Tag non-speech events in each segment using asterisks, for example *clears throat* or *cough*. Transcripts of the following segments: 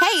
Hey,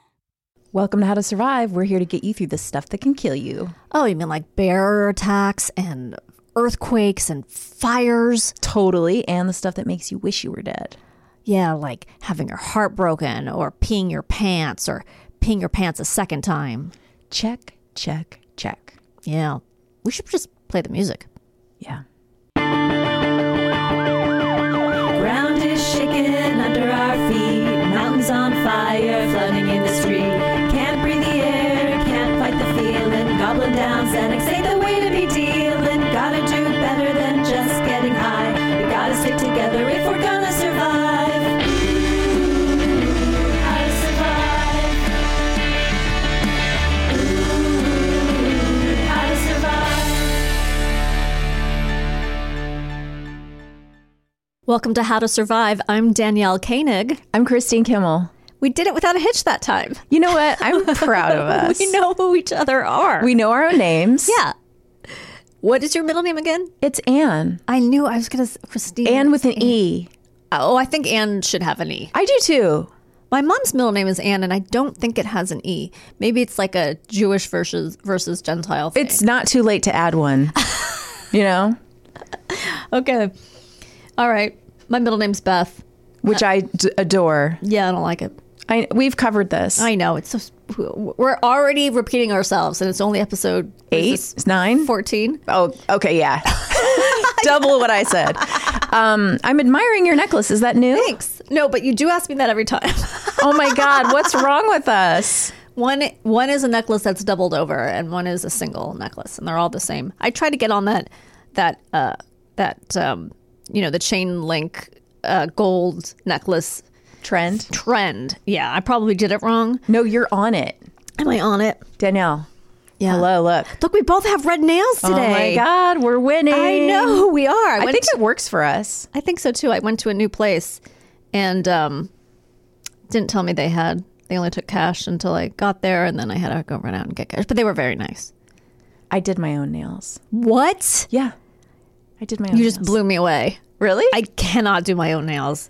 Welcome to How to Survive. We're here to get you through the stuff that can kill you. Oh, you mean like bear attacks and earthquakes and fires? Totally. And the stuff that makes you wish you were dead. Yeah, like having your heart broken or peeing your pants or peeing your pants a second time. Check, check, check. Yeah. We should just play the music. Yeah. Ground is shaking under our feet. Mountains on fire, flooding in the street. Can't breathe the air, can't fight the feeling. Goblin down, Xanax ain't the way to be dealing. Gotta do better than just getting high. We gotta stick together if we're gonna survive. Ooh, how to survive. Ooh, how to survive. Welcome to How to Survive. I'm Danielle Koenig. I'm Christine Kimmel. We did it without a hitch that time. You know what? *laughs* I'm proud of us. We know who each other are. We know our own names. yeah. What is your middle name again? It's Anne. I knew I was going to Christine. Anne with an E. Oh, I think Anne should have an E. I do too. My mom's middle name is Anne, and I don't think it has an E. Maybe it's like a Jewish versus versus Gentile thing. It's not too late to add *laughs* one. you know? okay. All right. My middle name's Beth. Which I d- adore. Yeah, I don't like it. I, we've covered this. I know. It's just, we're already repeating ourselves, and it's only episode what Eight? is this, Nine? 14. Oh, okay, *laughs* yeah. Double what I said. Um, I'm admiring your necklace. Is that new? Thanks. No, but you do ask me that every time. *laughs* Oh my God, what's wrong with us? one one is a necklace that's doubled over, and one is a single necklace, and they're all the same. I try to get on that that uh, that um, you know the chain link uh, gold necklace Trend? trend. Yeah, I probably did it wrong. No, you're on it. Am I on it? Danielle, Yeah. hello, look. Look, we both have red nails today. Oh my God, we're winning. I know we are. I, I went think to- it works for us. I think so too. I went to a new place and um, didn't tell me they had. They only took cash until I got there, and then I had to go run out and get cash. But they were very nice. I did my own nails. What? Yeah. I did my own You just nails. blew me away. Really? I cannot do my own nails.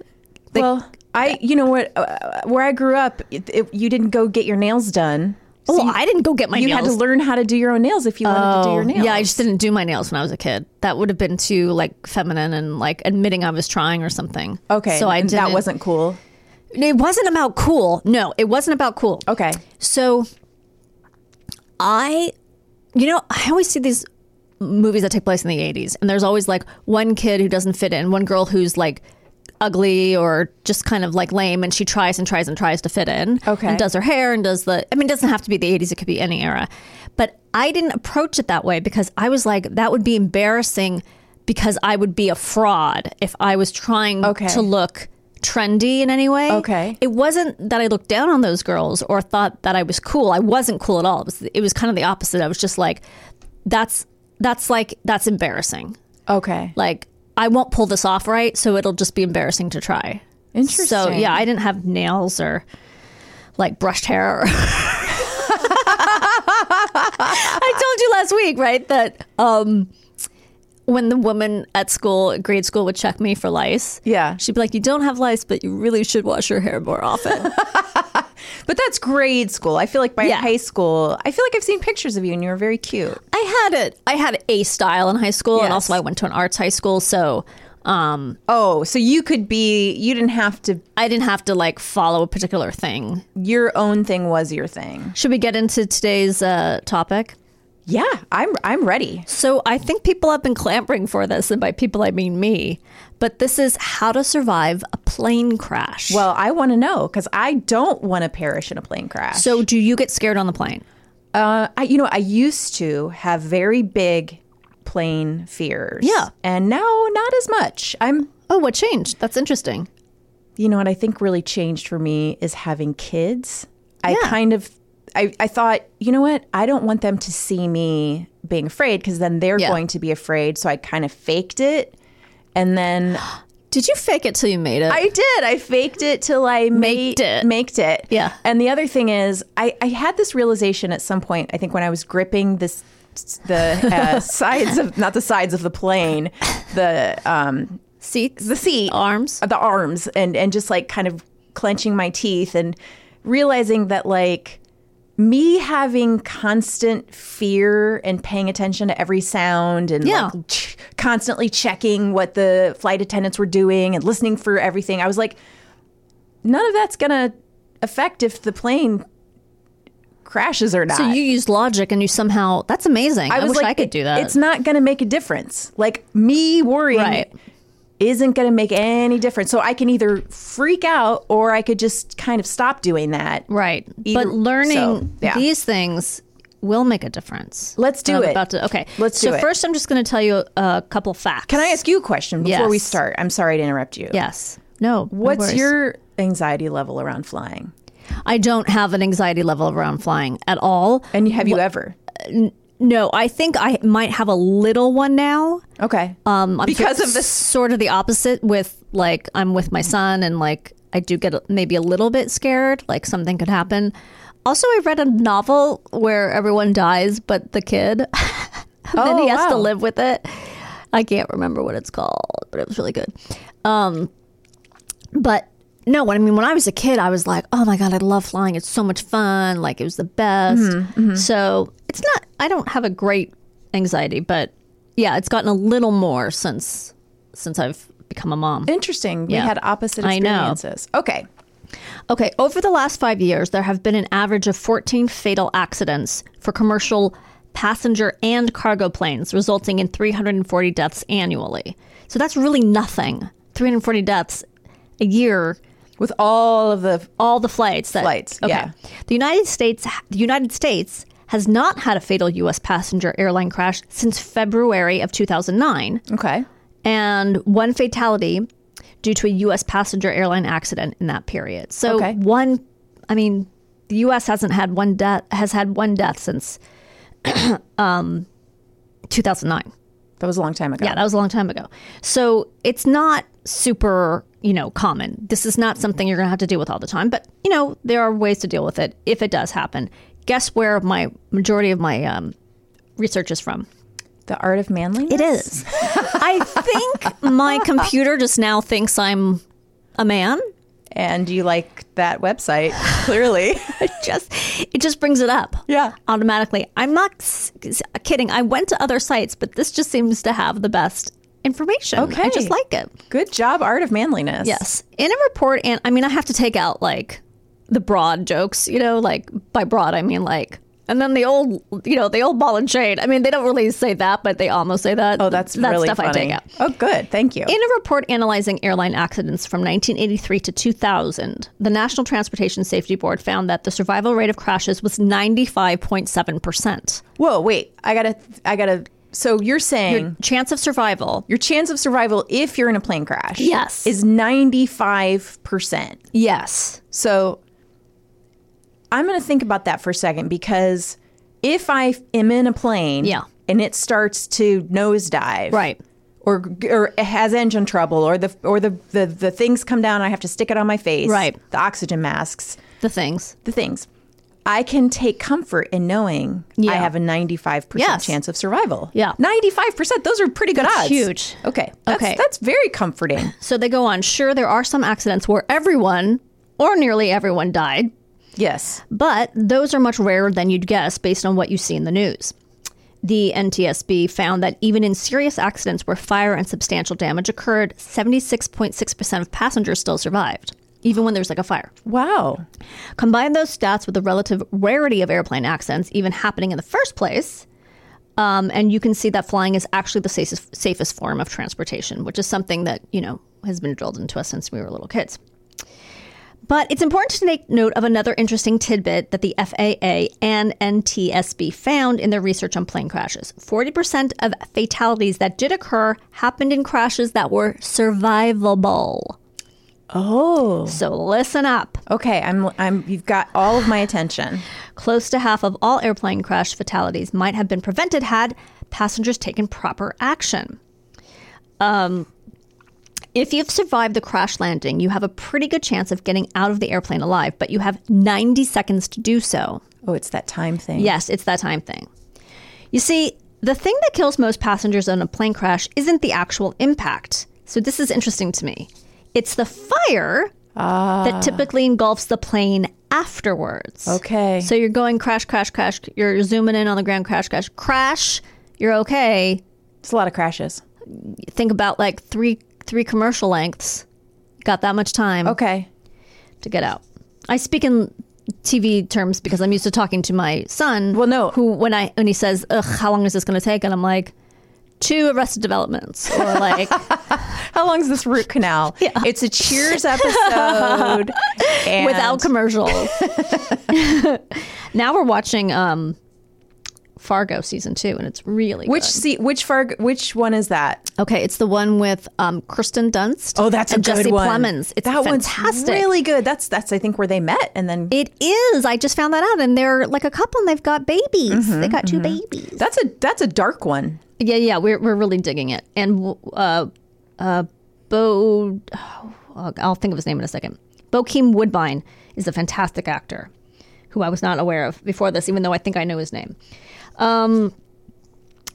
well, I, you know what, uh, where I grew up, it, it- you didn't go get your nails done. Oh, I didn't go get my You nails. Oh, had to learn how to do your own nails if you wanted to do your nails. Yeah, I just didn't do my nails when I was a kid. That would have been too like feminine and like admitting I was trying or something. Okay. so I and didn't. that wasn't cool. It wasn't about cool. No, it wasn't about cool. Okay. So I you know, I always see these movies that take place in the 80s and there's always like one kid who doesn't fit in, one girl who's like ugly or just kind of like lame and she tries and tries and tries to fit in. Okay. And does her hair and does the I mean it doesn't have to be the 80s, it could be any era. But I didn't approach it that way because I was like that would be embarrassing because I would be a fraud if I was trying Okay. to look trendy in any way. Okay. It wasn't that I looked down on those girls or thought that I was cool. I wasn't cool at all. It was, it was kind of the opposite. I was just like, that's that's like that's embarrassing. Okay. Like I won't pull this off right, so it'll just be embarrassing to try. Interesting. So yeah, I *laughs* didn't have nails or like brushed hair. Or laughing, right? That um, when the woman at school, grade school, would check me for lice, Yeah. she'd be like, "You don't have lice, but you really should wash your hair more often." But that's grade school. I feel like by Yeah. high school, I feel like I've seen pictures of you and you were very cute. *laughs* I had it. I had a style in high school, Yes. and also I went to an arts high school, so um, Oh, so you could be, you didn't have to, I didn't have to like follow a particular thing. your own thing was your thing. Should we get into today's uh, topic? Yeah, I'm, I'm ready. So I think people have been clamoring for this, and by people I mean me. But this is how to survive a plane crash. Well, I want to know because I don't want to perish in a plane crash. so do you get scared on the plane? Uh, I, you know, I used to have very big plane fears. Yeah. And now not as much. I'm, Oh, what changed? That's interesting. you know, what I think really changed for me is having kids. I kind of, I, I thought, you know what? I don't want them to see me being afraid because then they're Yeah. going to be afraid. So I kind of faked it. And then Did you fake it till you made it? I did. I faked it till I made Maked it. Maked it. Yeah. And the other thing is, I, I had this realization at some point. I think when I was gripping this, the uh, *laughs* sides of not the sides of the plane, the um, Seats, the seat, arms. the arms, and and just like kind of clenching my teeth and realizing that like me having constant fear and paying attention to every sound and Yeah. like, ch- constantly checking what the flight attendants were doing and listening for everything. I was like, none of that's gonna affect if the plane crashes or not. So you used logic, and you somehow—that's amazing. I, wish I could it- do that. It's not gonna make a difference. Like me worrying Right. isn't gonna make any difference. So I can either freak out or I could just kind of stop doing that. Right. Either- but learning so, yeah. these things will make a difference. Let's do And I'm it. About to, okay. Let's so do it. first, I'm just going to tell you a couple facts. Can I ask you a question before we Yes. start? I'm sorry to interrupt you. Yes. No. no What's worries. your anxiety level around flying? I don't have an anxiety level around flying at all. And have you ever? No, I think I might have a little one now. Okay. Um, I'm Because sort- of this- sort of the opposite with like I'm with my son and like I do get a- maybe a little bit scared, like something could happen. Also, I read a novel where everyone dies but the kid, *laughs* and then Oh, he has to wow. live with it. I can't remember what it's called, but it was really good. Um, but no, when I mean when I was a kid, I was like, oh my god, I love flying. It's so much fun. Like it was the best. Mm-hmm. So it's not. I don't have a great anxiety, but yeah, it's gotten a little more since since I've become a mom. Interesting. We yeah. had opposite I know. experiences. Okay. Okay, over the last five years, there have been an average of 14 fatal accidents for commercial passenger and cargo planes, resulting in 340 deaths annually. So that's really nothing. 340 deaths a year, With all of the all the flights that Flights, yeah. The United States the United States has not had a fatal US passenger airline crash since February of 2009 Okay. and one fatality due to a U.S. passenger airline accident in that period. So Okay. one, I mean, the U.S. hasn't had one death has had one death since *clears throat* um, 2009. That was a long time ago. Yeah, that was a long time ago. So it's not super, you know, common. This is not something you're going to have to deal with all the time, but you know, there are ways to deal with it if it does happen. Guess where my majority of my um, research is from? The art of manliness? It is. *laughs* I think my computer just now thinks I'm a man. *laughs* And you like that website, clearly. *laughs* It just it just brings it up. Yeah. Automatically. I'm not s- s- kidding. I went to other sites, but this just seems to have the best information. I Okay. just like it. Good job, art of manliness. Yes. In a report and I mean I have to take out like the broad jokes, you know, like by broad I mean like and then the old, you know, the old ball and chain. I mean, they don't really say that, but they almost say that. Oh, that's that really stuff funny. I take out. Oh, good. Thank you. In a report analyzing airline accidents from 1983 to 2000, the National Transportation Safety Board found that the survival rate of crashes was 95.7%. Whoa, wait. I gotta. I gotta. So you're saying your, Chance of survival, chance of survival if you're in a plane crash, Yes. is ninety five percent. yes. So I'm gonna think about that for a second because if I am in a plane, Yeah. and it starts to nosedive, Right. or or it has engine trouble, or the or the the, the things come down, I have to stick it on my face, Right. The oxygen masks, The things. the things. I can take comfort in knowing I Yeah. have a 95% Yes. chance of survival. Yeah. 95%. Those are pretty good odds. huge. Okay. That's, Okay. That's very *laughs* comforting. So they go on. Sure, there are some accidents where everyone or nearly everyone died, Yes. but those are much rarer than you'd guess based on what you see in the news. The NTSB found that even in serious accidents where fire and substantial damage occurred, 76.6% of passengers still survived, even when there's like a fire. Wow. Combine those stats with the relative rarity of airplane accidents even happening in the first place, um, and you can see that flying is actually the safest, safest form of transportation, which is something that, you know, has been drilled into us since we were little kids. But it's important to make note of another interesting tidbit that the FAA and NTSB found in their research on plane crashes. 40% of fatalities that did occur happened in crashes that were survivable. Oh. So listen up. Okay. I'm, I'm, you've got all of my attention. Close to half of all airplane crash fatalities might have been prevented had passengers taken proper action. Um, if you've survived the crash landing, you have a pretty good chance of getting out of the airplane alive, but you have 90 seconds to do so. Oh, it's that time thing. Yes, it's that time thing. You see, the thing that kills most passengers on a plane crash isn't the actual impact. So this is interesting to me. It's the fire that typically engulfs the plane afterwards. Okay. So you're going crash, crash, crash. You're zooming in on the ground, crash, crash, crash. You're okay. It's a lot of crashes. Mm. Think about like three three commercial lengths. Got that much time Okay. to get out. I speak in TV terms because I'm used to talking to my son. Well, no. who when I when he says, "Ugh, how long is this going to take?" and I'm like, two Arrested Developments," *laughs* or like, How long's this root *laughs* canal? It's a Cheers episode. and- *laughs* without commercials. *laughs* now we're watching um, Fargo season two, and it's really Which good. see which Farg which one is that? Okay, it's the one with um, Kristen Dunst. Oh, and Jesse Plemons. It's that one's fantastic. really good. That's that's I think where they met and then It is. I just found that out, and they're like a couple, and they've got babies. Mm-hmm, they got two babies. that's a that's a dark one. Yeah, yeah, we're we're really digging it. And uh, uh, Bo, oh, I'll think of his name in a second. Bokeem Woodbine is a fantastic actor, who I was not aware of before this, even though I think I know his name. Um,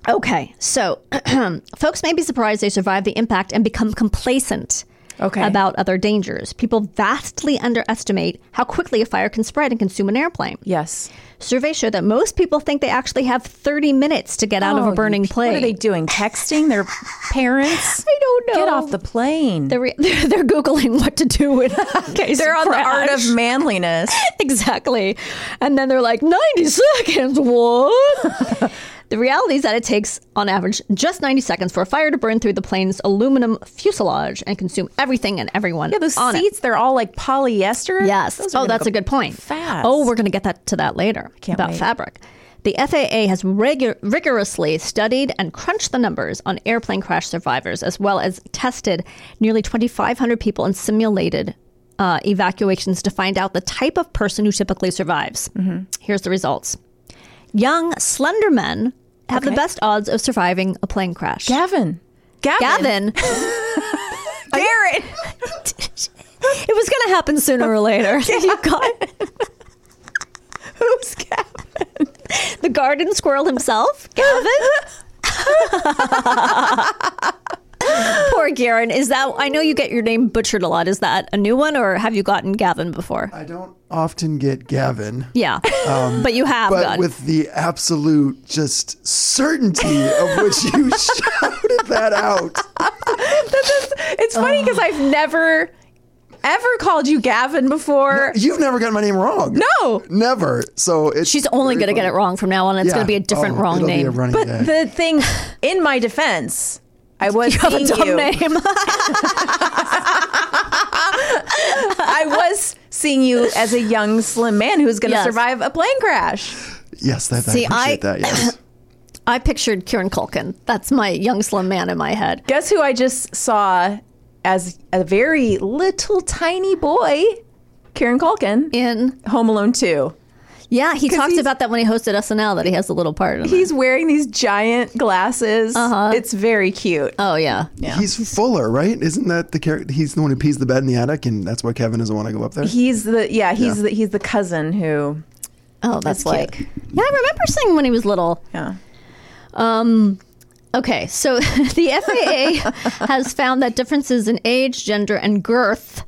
okay, so *clears throat* folks may be surprised they survive the impact and become complacent. Okay. About other dangers. People vastly underestimate how quickly a fire can spread and consume an airplane. Yes. Surveys show that most people think they actually have 30 minutes to get out of Oh, a you burning pe- plane. What are they doing? Texting their parents? *laughs* I don't know. Get off the plane. They're, re- *laughs* they're, they're googling what to do in *laughs* case They're you on crash. the art of manliness. *laughs* exactly, and then they're like ninety *laughs* seconds. What? the reality is that it takes, on average, just ninety seconds for a fire to burn through the plane's aluminum fuselage and consume everything and everyone Yeah, those on it. seats, they're all like polyester. Yes. Those are Oh, gonna that's go a good point. Fast. Oh, we're going to get that to that later Can't about wait. fabric. The FAA has rigu- rigorously studied and crunched the numbers on airplane crash survivors, as well as tested nearly 2,500 people and simulated uh, evacuations to find out the type of person who typically survives. Mm-hmm. Here's the results Young, slender men have the best odds of surviving a plane crash. Gavin. Gavin. Gavin, Garrett. it was going to happen sooner *laughs* or later. you got Who's Gavin? the garden squirrel himself, Gavin. *laughs* Poor Garen. Is that I know you get your name butchered a lot. Is that a new one or have you gotten Gavin before? I don't often get Gavin, Yeah. but you have Um, but gotten. with the absolute just certainty of *laughs* which you shouted that out. It's funny because I've never ever called you Gavin before. You've never gotten my name wrong. no. Never. So it's She's only very going to get it funny. wrong from now on. It's Yeah. going to be a different Oh, wrong it'll Be a name. running But gag. the thing, in my defense, I was *laughs* *laughs* you have a seeing dumb you. name. *laughs* I was seeing you as a young, slim man who's going to Yes. survive a plane crash. yes, that, See, I I- appreciate that. *laughs* Yes. I pictured Kieran Culkin. That's my young slim man in my head. Guess who I just saw as a very little, tiny boy? Karen Culkin, In Home Alone 2. yeah, he talked he's- about that when he hosted SNL that he has a little part in it. He's wearing these giant glasses. Uh-huh. It's very cute. Oh yeah, He's Fuller, right? Isn't that the character? He's the one who pees the bed in the attic, and that's why Kevin doesn't want to go up there. He's the yeah. He's the he's the cousin who Oh, that's, That's like. cute. Yeah, I remember seeing when he was little. Yeah. Um, okay, so *laughs* the FAA has found that differences in age, gender, and girth.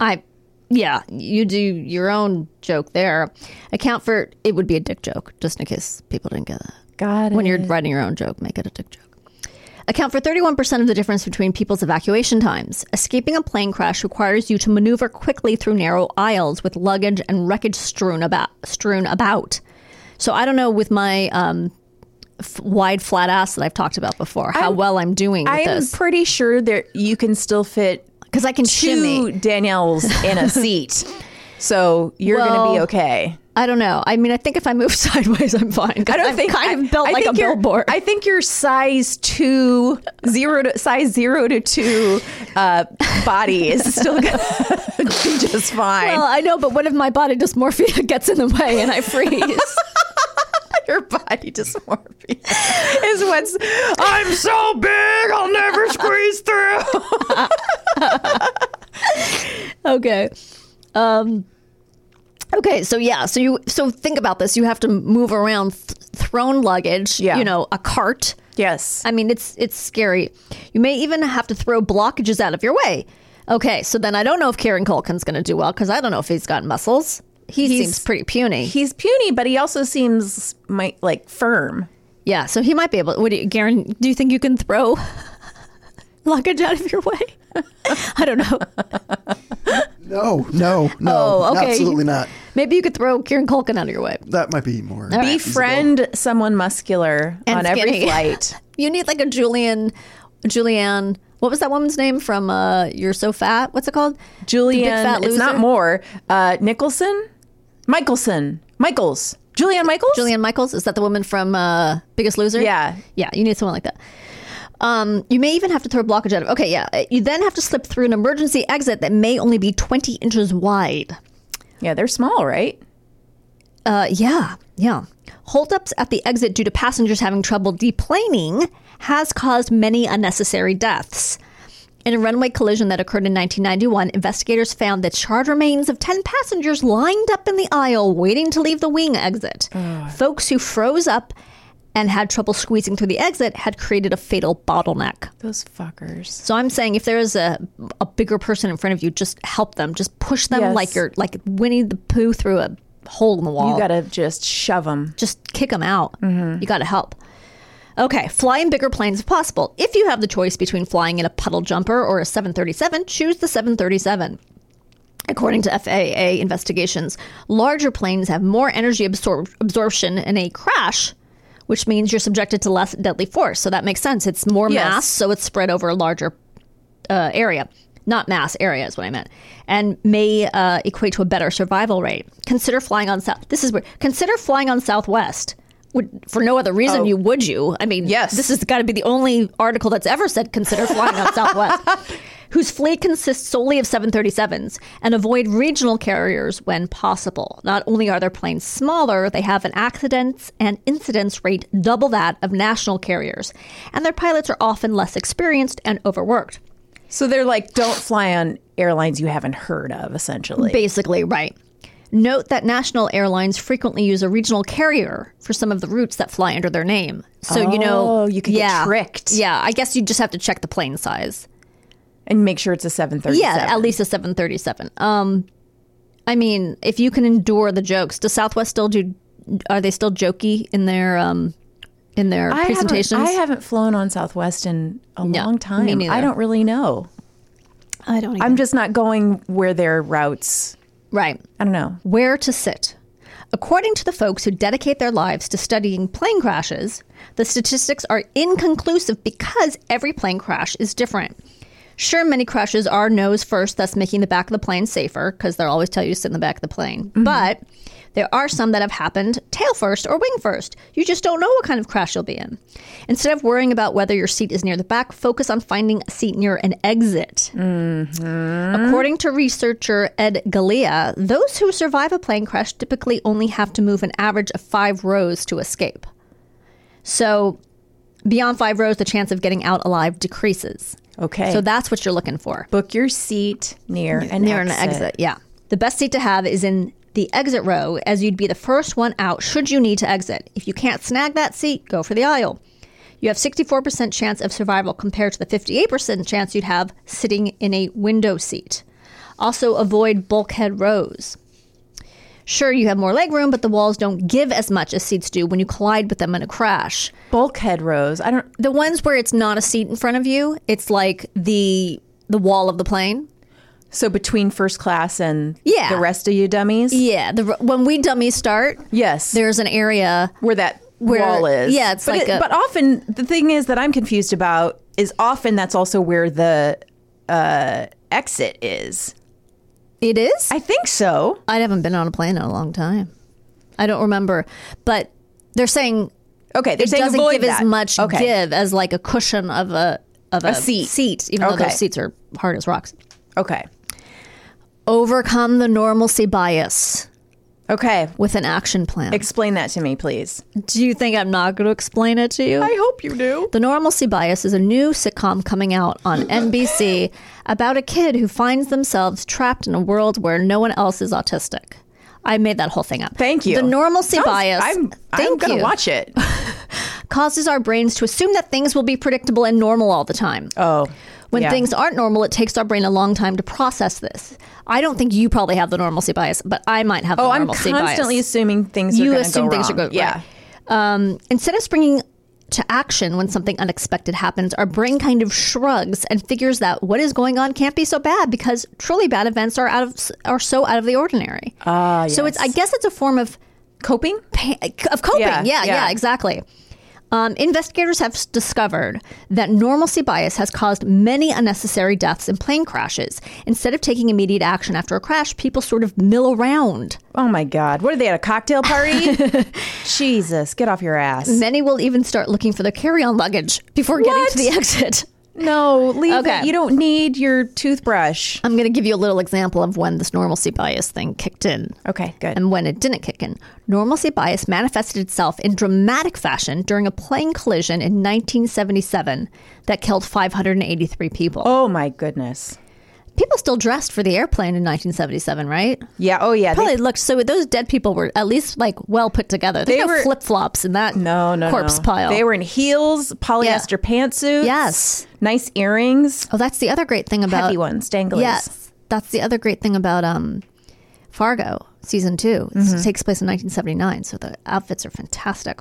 I, yeah, you do your own joke there. Account for it would be a dick joke, just in case people didn't get that. God. When you're writing your own joke, make it a dick joke. Account for 31% of the difference between people's evacuation times. Escaping a plane crash requires you to maneuver quickly through narrow aisles with luggage and wreckage strewn about. Strewn about. So I don't know with my um, f- wide flat ass that I've talked about before how well I'm doing with I'm this pretty sure that you can still fit because I can shimmy. two Danielles in *laughs* a seat. So you're going to be Well, okay. I don't know. I mean, I think if I move *laughs* sideways, I'm fine. 'cause I don't I'm think kind I- of built I like a think you're- billboard. I think your size two zero to size zero to two uh, body is still gonna *laughs* be just fine. well, I know, but what if my body dysmorphia *laughs* gets in the way and I *laughs* freeze? your body dysmorphia is what's I'm so big *laughs* I'll never squeeze through. okay um okay so yeah so you so think about this you have to move around th- thrown luggage Yeah. you know a cart Yes. i mean it's it's scary you may even have to throw blockages out of your way okay so then i don't know if karen colkin's going to do well because i don't know if he's got muscles he He's- seems pretty puny He's puny, but he also seems my, like firm. yeah so he might be able what do you karen do you think you can throw *laughs* luggage out of your way *laughs* i don't know No, no, no. Oh, okay. Absolutely not. maybe you could throw karen colkin out of your way That might be more. Befriend someone muscular And on every skinny. *laughs* flight. You need like a Julian, Julianne. What was that woman's name from uh, You're So Fat? What's it called? Julian, The Big Fat it's not Loser? more. Uh, Nicholson, Michelson, Michaels, Julian Michaels, Julianne Michaels. Is that the woman from uh, Biggest Loser? Yeah. yeah. You need someone like that. Um, you may even have to throw blockage out of. Okay, yeah. You then have to slip through an emergency exit that may only be twenty inches wide. Yeah, they're small, right? Uh, yeah, yeah. Holdups at the exit due to passengers having trouble deplaning has caused many unnecessary deaths. In a runway collision that occurred in 1991, investigators found the charred remains of 10 passengers lined up in the aisle waiting to leave the wing exit. Folks who froze up and had trouble squeezing through the exit had created a fatal bottleneck. Those fuckers. So I'm saying if there is a a bigger person in front of you, just help them. Just push them Yes. like you're like Winnie the Pooh through a hole in the wall You gotta just shove them. just kick them out. You got to help. Okay, fly in bigger planes if possible. If you have the choice between flying in a puddle jumper or a 737, choose the 737. According to FAA investigations, larger planes have more energy absor- absorption in a crash, which means you're subjected to less deadly force. So that makes sense. It's more Yes. mass, so it's spread over a larger uh, area, not mass area is what I meant, and may uh, equate to a better survival rate. Consider flying on South. This is weird. Consider flying on Southwest. Would, for no other reason, you would you? I mean, Yes. This has got to be the only article that's ever said consider flying on Southwest, whose fleet consists solely of 737s, and avoid regional carriers when possible. Not only are their planes smaller, they have an accidents and incidents rate double that of national carriers, and their pilots are often less experienced and overworked. So they're like, don't fly on airlines you haven't heard of, essentially. Basically, right. Note that national airlines frequently use a regional carrier for some of the routes that fly under their name. So you know, Oh, you could get yeah, tricked. Yeah, I guess you just have to check the plane size. and make sure it's a 737. Yeah, at least a seven thirty seven. Um, I mean, if you can endure the jokes, does Southwest still do? Are they still jokey in their um, in their I haven't- presentations? I haven't flown on Southwest in a No, long time. me neither. I don't really know. I don't. I'm just not going where their routes. right. I don't know. Where to sit. According to the folks who dedicate their lives to studying plane crashes, the statistics are inconclusive because every plane crash is different. Sure, many crashes are nose first, thus making the back of the plane safer because they'll always tell you to sit in the back of the plane. But there are some that have happened tail first or wing first. You just don't know what kind of crash you'll be in. Instead of worrying about whether your seat is near the back, focus on finding a seat near an exit. According to researcher Ed Galea, those who survive a plane crash typically only have to move an average of five rows to escape. So, beyond five rows, the chance of getting out alive decreases. Okay. So, that's what you're looking for book your seat near an near exit. an exit. Yeah. The best seat to have is in the exit row, as you'd be the first one out should you need to exit. If you can't snag that seat, go for the aisle. You have 64% chance of survival compared to the 58% chance you'd have sitting in a window seat. Also, avoid bulkhead rows. Sure, you have more legroom, but the walls don't give as much as seats do when you collide with them in a crash. Bulkhead rows. I don't. The ones where it's not a seat in front of you, it's like the the wall of the plane. So between first class and Yeah. the rest of you dummies. Yeah, the, when we dummies start, Yes. there's an area where that Where- wall is. yeah, it's but like it- a- but often the thing is that I'm confused about is often that's also where the uh, exit is. It is? I think so. I haven't been on a plane in a long time. I don't remember. But they're saying Okay, they're it saying doesn't avoid give that. as much Okay. give as like a cushion of a of a, seat. even though Okay. those seats are hard as rocks. Okay, Overcome the normalcy bias okay. with an action plan. Explain that to me, please. Do you think I'm not going to explain it to you? I hope you do. The Normalcy Bias is a new sitcom coming out on NBC about a kid who finds themselves trapped in a world where no one else is autistic. I made that whole thing up. Thank you. The Normalcy Sounds- Bias. I'm, I'm thank gonna you. watch *laughs* it. Causes our brains to assume that things will be predictable and normal all the time. Oh, When yeah. things aren't normal, it takes our brain a long time to process this. I don't think you probably have the normalcy bias, but I might have the Oh, I'm normalcy bias. constantly assuming things. are you gonna assume go things wrong. are good. Yeah. right. Um, instead of springing to action when something unexpected happens, our brain kind of shrugs and figures that what is going on can't be so bad because truly bad events are out of are so out of the ordinary. Ah, So it's I guess it's a form of Coping. pa- of coping. Yeah, Yeah, yeah, yeah. exactly. Um, investigators have s- discovered that normalcy bias has caused many unnecessary deaths in plane crashes. Instead of taking immediate action after a crash, people sort of mill around. Oh my God! What are they at a cocktail *laughs* party? Jesus, get off your ass! Many will even start looking for their carry-on luggage before What? getting to the exit. *laughs* No, leave Okay. it. You don't need your toothbrush. I'm going to give you a little example of when this normalcy bias thing kicked in. Okay, good. and when it didn't kick in. Normalcy bias manifested itself in dramatic fashion during a plane collision in 1977 that killed 583 people. Oh my goodness. People still dressed for the airplane in 1977, right? Yeah. Oh yeah. Probably looked so. Those dead people were at least like well put together. There's They no were- flip flops in that no, no, corpse no. pile. They were in heels, polyester pantsuits. Yes. Nice earrings, Oh, that's the other great thing about heavy ones, danglers. Yes, that's the other great thing about um, Fargo season 2 It takes place in 1979, so the outfits are fantastic.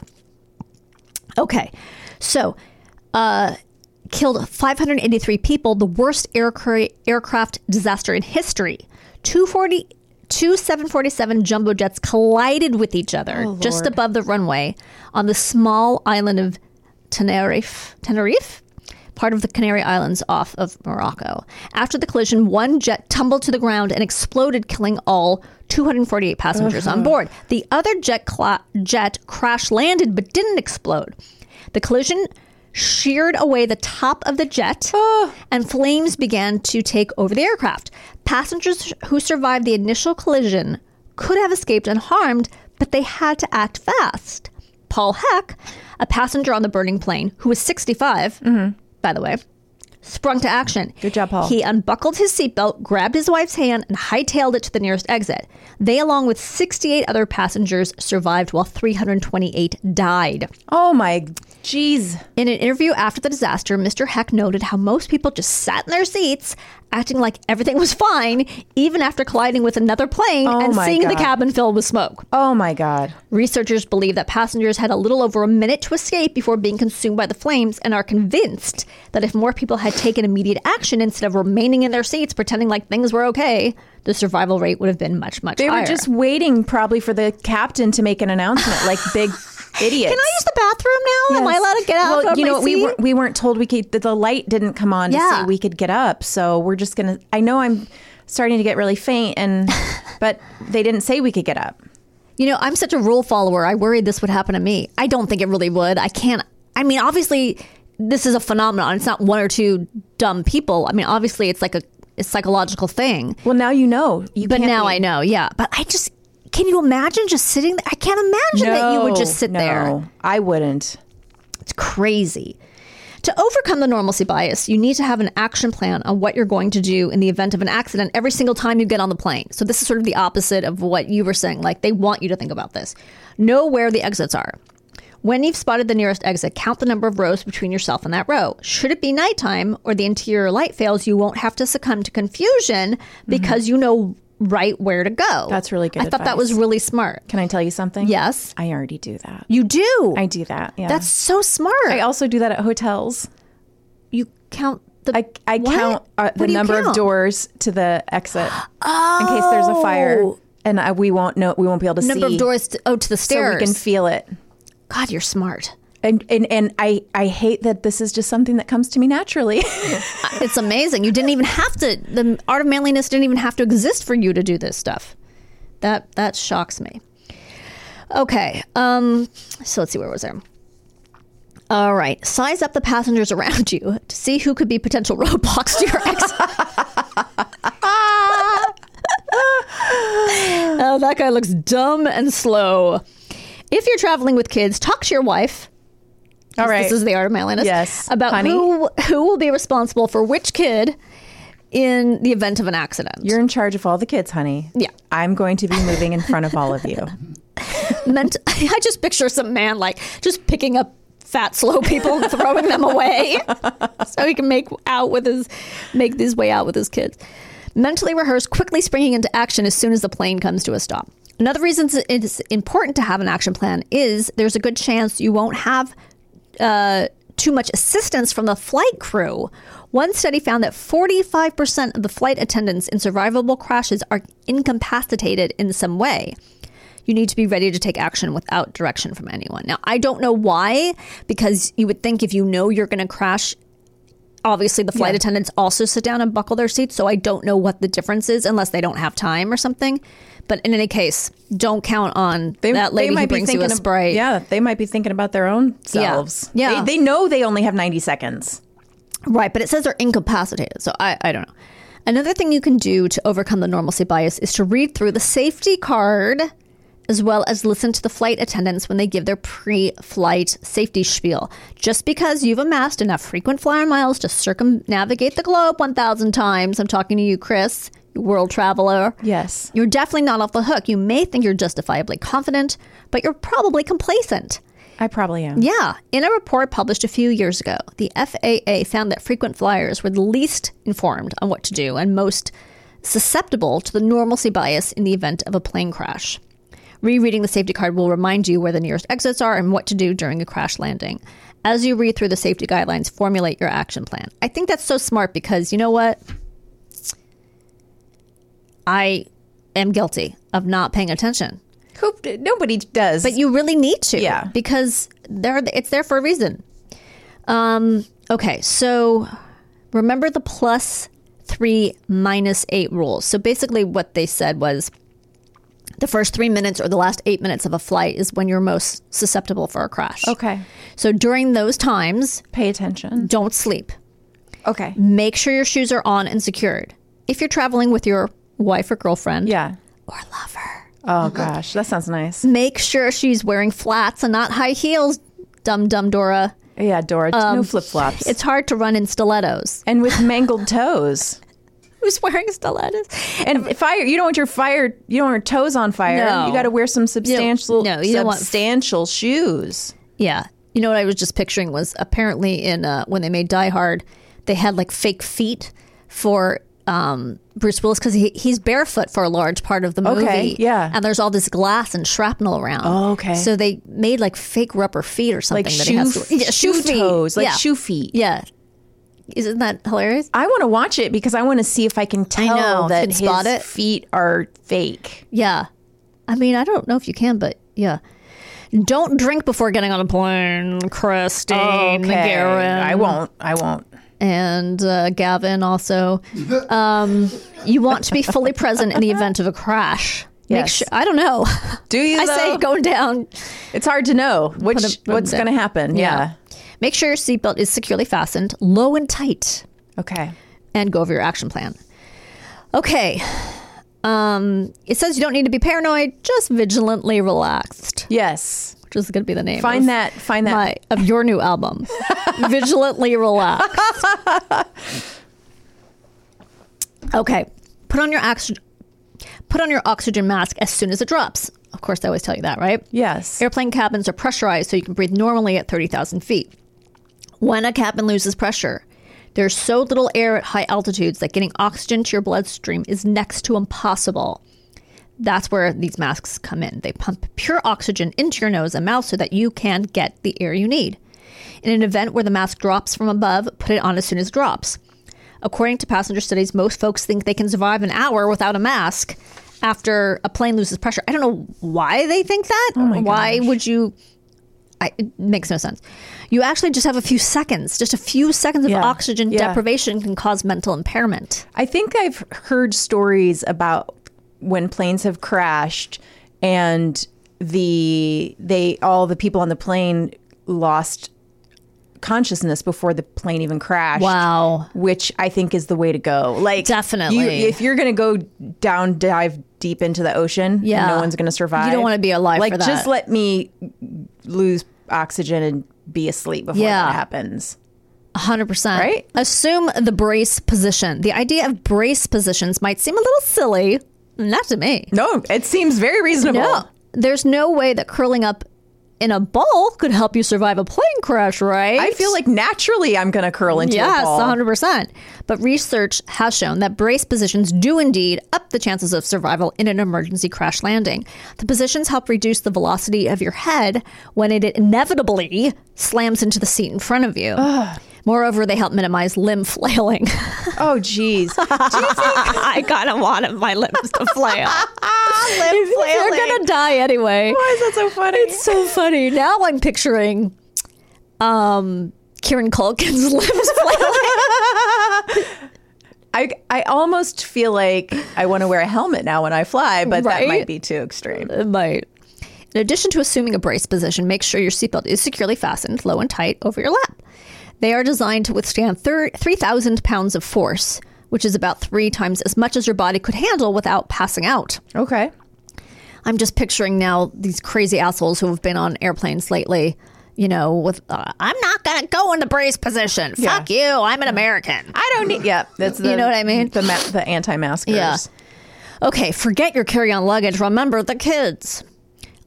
Okay, so uh, killed 583 people, the worst aircra- aircraft disaster in history. 240. Two 747 jumbo jets collided with each other just above the runway on the small island of Tenerife. Tenerife? part of the Canary Islands off of Morocco. After the collision, one jet tumbled to the ground and exploded, killing all 248 passengers on board. The other jet, cla- jet crash landed but didn't explode. The collision sheared away the top of the jet, Ah. and flames began to take over the aircraft. Passengers who survived the initial collision could have escaped unharmed, but they had to act fast. Paul Heck, a passenger on the burning plane who was 65, by the way, sprung to action. Good Mm-hmm. job, Paul. He unbuckled his seatbelt, grabbed his wife's hand, and hightailed it to the nearest exit. They, along with 68 other passengers, survived while 328 died. Oh my, jeez. In an interview after the disaster, Mr. Heck noted how most people just sat in their seats, acting like everything was fine, even after colliding with another plane and Oh my seeing the God. cabin filled with smoke. Oh my God. Researchers believe that passengers had a little over a minute to escape before being consumed by the flames and are convinced that if more people had taken immediate action instead of remaining in their seats pretending like things were okay, the survival rate would have been much, much They higher. were just waiting, probably for the captain to make an announcement, like *laughs* big idiots. Can I use the bathroom now? Am I Yes. allowed to get out Well, of you my know what? We seat? weren't, we weren't told we could. The, the light didn't come on to Yeah. see we could get up, so we're just gonna. I know I'm starting to get really faint, and *laughs* but they didn't say we could get up. You know, I'm such a rule follower. I worried this would happen to me. I don't think it really would. I can't. I mean, obviously, this is a phenomenon. It's not one or two dumb people. I mean, obviously, it's like a, a psychological thing. Well, now you know. You But can't now be- I know. Yeah. But I just can you imagine just sitting there? I can't imagine that you would just sit No, there. no, I wouldn't. It's crazy. To To overcome the normalcy bias, you need to have an action plan on what you're going to do in the event of an accident every single time you get on the plane. So, this is sort of the opposite of what you were saying. Like, they want you to think about this. Know where the exits are. When you've spotted the nearest exit, count the number of rows between yourself and that row. Should it be nighttime or the interior light fails, you won't have to succumb to confusion because you know right where to go. Mm-hmm. That's really good I thought that was advice. really smart. Can I tell you something? Yes. I already do that. You do. I do that. Yeah. That's so smart. I also do that at hotels. you count the I, I What? count uh, What the do you number of count? doors to the exit in case there's a fire, and I, we won't know. We won't be able to Oh. number see of doors to, oh to the so we stairs. can feel it. God, you're smart. And and and I I hate that this is just something that comes to me naturally. *laughs* *laughs* It's amazing. You didn't even have to. The art of manliness didn't even have to exist for you to do this stuff. That that shocks me. Okay. Um. So let's see. Where was I? All right. Size up the passengers around you to see who could be potential *laughs* roadblocks to your exit. *laughs* oh, that guy looks dumb and slow. If you're traveling with kids, talk to your wife. All right. This is the art of manliness. Yes, About honey. who who will be responsible for which kid in the event of an accident. You're in charge of all the kids, honey. Yeah. I'm going to be moving in front of all of *laughs* you. meant. *laughs* I just picture some man like just picking up fat, slow people and throwing them away, *laughs* so he can make out with his make his way out with his kids. Mentally rehearse, quickly springing into action as soon as the plane comes to a stop. Another reason it is important to have an action plan is there's a good chance you won't have uh, too much assistance from the flight crew. One study found that 45% of the flight attendants in survivable crashes are incapacitated in some way. You need to be ready to take action without direction from anyone. Now, I don't know why, because you would think if you know you're going to crash, obviously the flight attendants also sit down and buckle their seats. So I don't know what the difference is unless they don't have time or something. But in any case, don't count on that lady who brings you a ab- Sprite. Yeah, they might be thinking about their own selves. Yeah. They, they know they only have 90 seconds. Right, but it says they're incapacitated, so I, I don't know. Another thing you can do to overcome the normalcy bias is to read through the safety card as well as listen to the flight attendants when they give their pre flight safety spiel. Just because you've amassed enough frequent flyer miles to circumnavigate the globe 1,000 times, I'm talking to you, Chris, you world traveler. Yes. You're definitely not off the hook. You may think you're justifiably confident, but you're probably complacent. I probably am. Yeah. In a report published a few years ago, the FAA found that frequent flyers were the least informed on what to do and most susceptible to the normalcy bias in the event of a plane crash. Rereading the safety card will remind you where the nearest exits are and what to do during a crash landing. As you read through the safety guidelines, formulate your action plan. I think that's so smart because you know what? I am guilty of not paying attention. Who, nobody does. But you really need to, Yeah. because there it's there for a reason. Um, okay, so remember the plus three minus eight rule. So basically, what they said was the first three minutes or the last eight minutes of a flight is when you're most susceptible for a crash. okay. So during those times, Pay attention. don't sleep. Okay. Make sure your shoes are on and secured. If you're traveling with your wife or girlfriend Yeah. or lover, Oh, gosh. That sounds nice. make sure she's wearing flats and not high heels. Dum dum Dora. Yeah, Dora. no flip flops. Um, It's hard to run in stilettos. *laughs* And with mangled toes. Who's wearing stilettos? And fire, you don't want your fire, you don't want your toes on fire. No. You got to wear some substantial, no, you don't want- substantial shoes. Yeah. You know what I was just picturing was apparently in uh, when they made Die Hard, they had like fake feet for um, Bruce Willis because he, he's barefoot for a large part of the movie. Okay, yeah. And there's all this glass and shrapnel around. Oh, okay. So they made like fake rubber feet or something Like that shoe, he has to f- Yeah, shoe, shoe feet. toes, like yeah. shoe feet. Yeah. Isn't that hilarious? I want to watch it because I want to see if I can tell know, that can his spot it. feet are fake. Yeah. I mean, I don't know if you can, but yeah. Don't drink before getting on a plane, Christine Garrett. I won't. I won't. and uh, Gavin also. Um, you want to be fully present in the event of a crash. Make Yes. sure, I don't know. Do you? *laughs* I say though? go down. It's hard to know which Put 'em- put 'em what's down. going to happen. Yeah. Make sure your seatbelt is securely fastened, low and tight, Okay. and go over your action plan. Okay. Um, it says you don't need to be paranoid, just vigilantly relaxed. Yes. which is going to be the name. Find of that- find that- my, of your *laughs* new album, Vigilantly Relax. okay, put on your oxygen. Put on your oxygen mask as soon as it drops. Of course, they always tell you that, right? Yes. Airplane cabins are pressurized so you can breathe normally at 30,000 feet. When a cabin loses pressure, there's so little air at high altitudes that getting oxygen to your bloodstream is next to impossible. That's where these masks come in. They pump pure oxygen into your nose and mouth so that you can get the air you need. In an event where the mask drops from above, put it on as soon as it drops. According to passenger studies, most folks think they can survive an hour without a mask after a plane loses pressure. I don't know why they think that. Oh why would you? I, it makes no sense. You actually just have a few seconds, just a few seconds of Yeah. oxygen Yeah. deprivation can cause mental impairment. I think I've heard stories about when planes have crashed and the they all the people on the plane lost consciousness before the plane even crashed. Wow. Which I think is the way to go. Like Definitely. you- if you're going to go down dive deep into the ocean, Yeah. no one's going to survive. You don't wanna be alive Like for that. just let me lose oxygen and be asleep before Yeah. that happens. 100%. Right? Assume the brace position. The idea of brace positions might seem a little silly, not to me. No, it seems very reasonable. No. There's no way that curling up in a ball could help you survive a plane crash, right? I feel like naturally I'm going to curl into Yes, a ball. 100%. But research has shown that brace positions do indeed up the chances of survival in an emergency crash landing. The positions help reduce the velocity of your head when it inevitably slams into the seat in front of you. Moreover, they help minimize limb *laughs* flailing. Oh, *laughs* geez. *laughs* I kind of wanted my limbs to *laughs* flail. Limb They're going to die anyway. Why is that so funny? It's so funny. Now I'm picturing um Kieran Culkin's *laughs* limbs flailing. I, I almost feel like I want to wear a helmet now when I fly, but that Right? might be too extreme. It might. In addition to assuming a brace position, make sure your seatbelt is securely fastened low and tight over your lap. They are designed to withstand thir- 3,000 pounds of force, which is about three times as much as your body could handle without passing out. Okay. I'm just picturing now these crazy assholes who have been on airplanes lately. You know, with uh, I'm not gonna go in the brace position. Fuck you. I'm an American. I don't need. Yeah, that's the, *laughs* You know what I mean? The ma- the anti-maskers. Yeah. Okay, forget your carry on luggage. Remember the kids.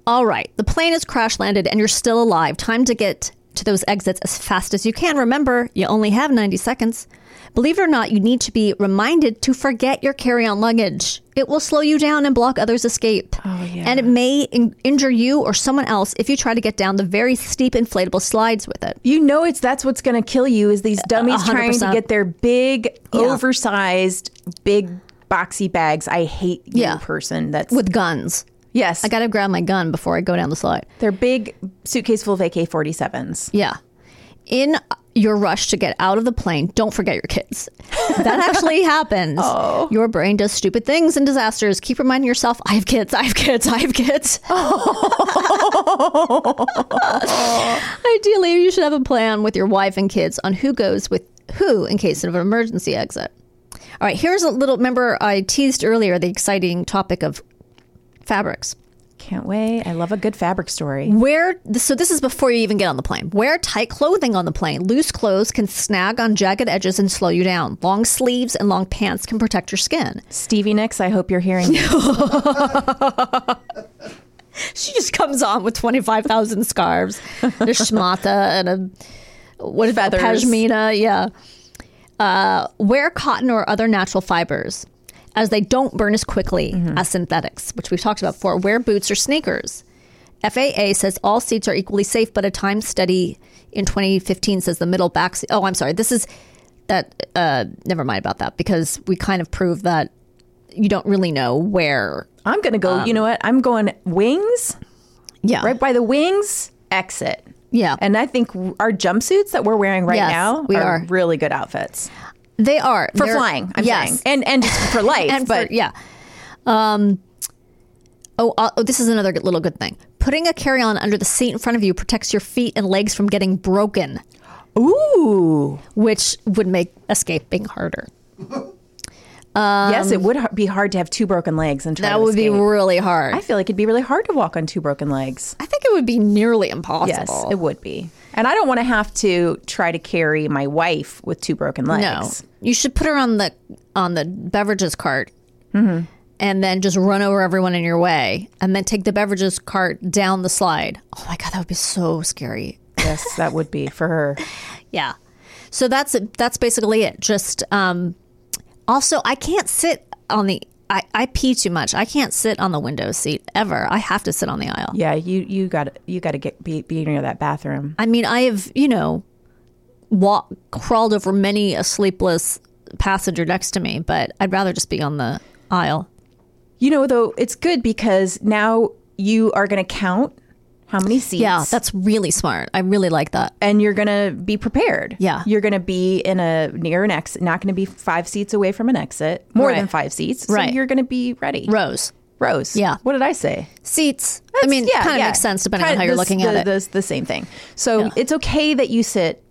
All right, the plane has crash landed and you're still alive. Time to get to those exits as fast as you can. Remember, you only have 90 seconds. Believe it or not, you need to be reminded to forget your carry on luggage. It will slow you down and block others' escape. And it may in- injure you or someone else if you try to get down the very steep inflatable slides with it. You know, it's that's what's going to kill you is these dummies trying to 100%. get their big, oversized, big boxy bags. I hate you, Yeah. person. That's With guns. yes, I gotta grab my gun before I go down the slide. their big suitcase full of AK-47s. Yeah. In your rush to get out of the plane, don't forget your kids. That actually happens. Your brain does stupid things and disasters. Keep reminding yourself, I have kids, I have kids, I have kids. *laughs* Ideally, you should have a plan with your wife and kids on who goes with who in case of an emergency exit. All right, here's a little remember I teased earlier the exciting topic of fabrics. Can't wait. I love a good fabric story. Wear so this is before you even get on the plane. Wear tight clothing on the plane. Loose clothes can snag on jagged edges and slow you down. Long sleeves and long pants can protect your skin. Stevie Nicks, I hope you're *laughs* hearing. She just comes on with twenty five thousand scarves, and a schmata, and a what is that? a Feathers. Pashmina, yeah. Uh, wear cotton or other natural fibers, as they don't burn as quickly as synthetics, which we've talked about before. Wear boots or sneakers. FAA says all seats are equally safe, but a time study in 2015 says the middle back seat. Oh, I'm sorry. This is that. Uh, never mind about that because we kind of proved that you don't really know where. I'm going to go. Um, you know what? I'm going wings. Yeah. right by the wings exit. Yeah. And I think our jumpsuits that we're wearing right Yes, now we are. really good outfits They are for They're- flying. I'm yes, saying, and and just *laughs* for life. and but for, yeah. Um. Oh, uh, oh, this is another good- little good thing. Putting a carry-on under the seat in front of you protects your feet and legs from getting broken, ooh, which would make escaping harder. yes, it would ha- be hard to have two broken legs and try um, That to would be escape. really hard. I feel like it'd be really hard to walk on two broken legs. I think it would be nearly impossible. Yes, it would be. And I don't want to have to try to carry my wife with two broken No, legs. you should put her on the on the beverages cart, Mm-hmm. and then just run over everyone in your way, and then take the beverages cart down the slide. Oh my god, that would be so scary. Yes, that would be for *laughs* her. Yeah. So that's that's basically it. Just um, also, I can't sit on the. I, I pee too much. I can't sit on the window seat ever. I have to sit on the aisle. Yeah, you you got you got to get be, be near that bathroom. I mean, I have, you know, walk, crawled over many a sleepless passenger next to me, but I'd rather just be on the aisle. You know, though, it's good because now you are going to count how many seats. Yeah, that's really smart. I really like that. and you're gonna be prepared. Yeah. you're gonna be in a near an exit, not gonna be five seats away from an exit, more Right. than five seats. So Right. you're gonna be ready. Rows, Rose. Yeah. What did I say? seats. I mean, yeah, kind of yeah. makes sense depending on Kinda how you're the- looking the, at it. The, the same thing. So it's okay that you sit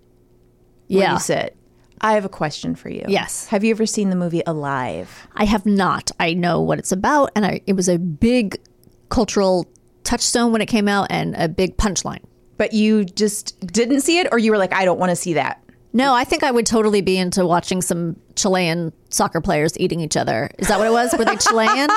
where yeah, you sit. I have a question for you. Yes. Have you ever seen the movie Alive? I have not. I know what it's about, and I, it was a big cultural touchstone when it came out, and a big punchline. But you just didn't see it, or you were like, I don't want to see that. No, I think I would totally be into watching some Chilean soccer players eating each other. Is that what it was? Were they Chilean?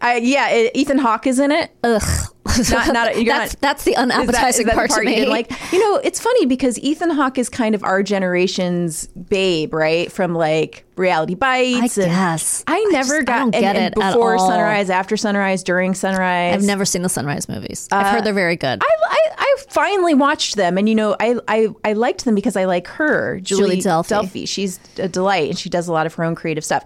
I, yeah, it, Ethan Hawke is in it. Ugh. *laughs* *laughs* Not- not- you're that's, not- that's the Is that- is unappetizing that the part, to you me. didn't like, you know, it's funny because Ethan Hawke is kind of our generation's babe, right? From like Reality Bites. I and- guess. I I never just- I got don't and- get and it at before all. sunrise, after sunrise, during sunrise. I've never seen the Sunrise movies. I've heard they're very good. Uh, I, I, I finally watched them, and you know, I, I, I liked them because I like her, Julie, Julie Delpy. She's a delight, and she does a lot of her own creative stuff.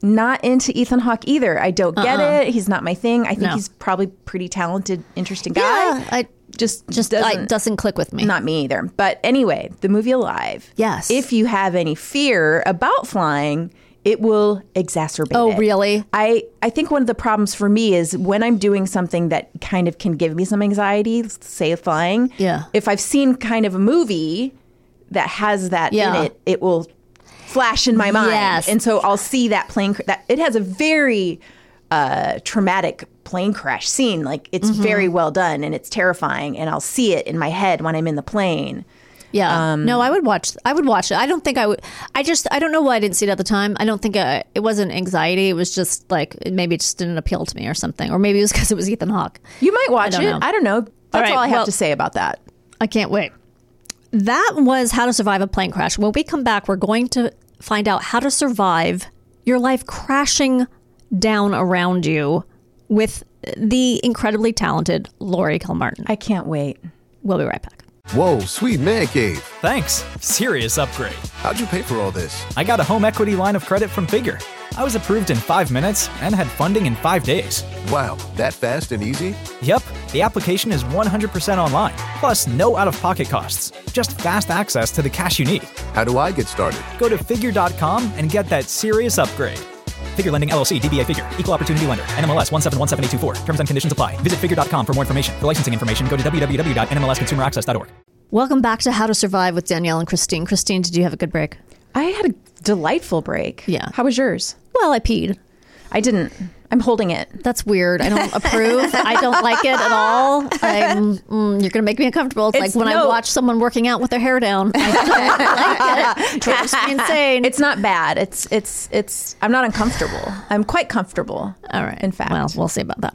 Not into Ethan Hawke either. I don't get it. He's not my thing. I think Uh-uh. No. he's probably pretty talented, interesting guy. yeah, I just just doesn't, I, doesn't, doesn't click with me. not me either. But anyway, the movie Alive. Yes. If you have any fear about flying, it will exacerbate. Oh, it. really? I I think one of the problems for me is when I'm doing something that kind of can give me some anxiety, say flying. Yeah. If I've seen kind of a movie that has that Yeah. in it, it will flash in my mind, Yes. and so I'll see that plane. Cr- that it has a very uh, traumatic plane crash scene. Like it's Mm-hmm. very well done and it's terrifying, and I'll see it in my head when I'm in the plane. yeah, no, I would watch. I would watch it. I don't think I would. I just I don't know why I didn't see it at the time. I don't think I, it wasn't anxiety. It was just like maybe it just didn't appeal to me or something, or maybe it was *laughs* because it was Ethan Hawke. You might watch don't it. know. I don't know. That's right, all I have well- to say about that. I can't wait. That was how to survive a plane crash. When we come back, we're going to find out how to survive your life crashing down around you with the incredibly talented Lori Kilmartin. I can't wait. We'll be right back. Whoa, sweet man cave. Thanks. Serious upgrade. How'd you pay for all this? I got a home equity line of credit from Figure. I was approved in five minutes and had funding in five days. Wow, that fast and easy? Yep, the application is 100% online, plus no out of pocket costs, just fast access to the cash you need. How do I get started? Go to figure.com and get that serious upgrade. Figure Lending LLC, DBA Figure, Equal Opportunity Lender, NMLS 1717824. Terms and conditions apply. Visit figure.com for more information. For licensing information, go to www.nmlsconsumeraccess.org. Welcome back to How to Survive with Danielle and Christine. Christine, did you have a good break? I had a delightful break. Yeah. How was yours? Well, I peed. I didn't. I'm holding it. That's weird. I don't *laughs* approve. I don't like it at all. I'm, mm, you're going to make me uncomfortable. It's, It's- like when I no. watch someone working out with their hair *laughs* down. I don't like it. It drives me insane. It's not bad. It's it's it's. I'm not uncomfortable. I'm quite comfortable. All right. In fact, well, we'll see about that.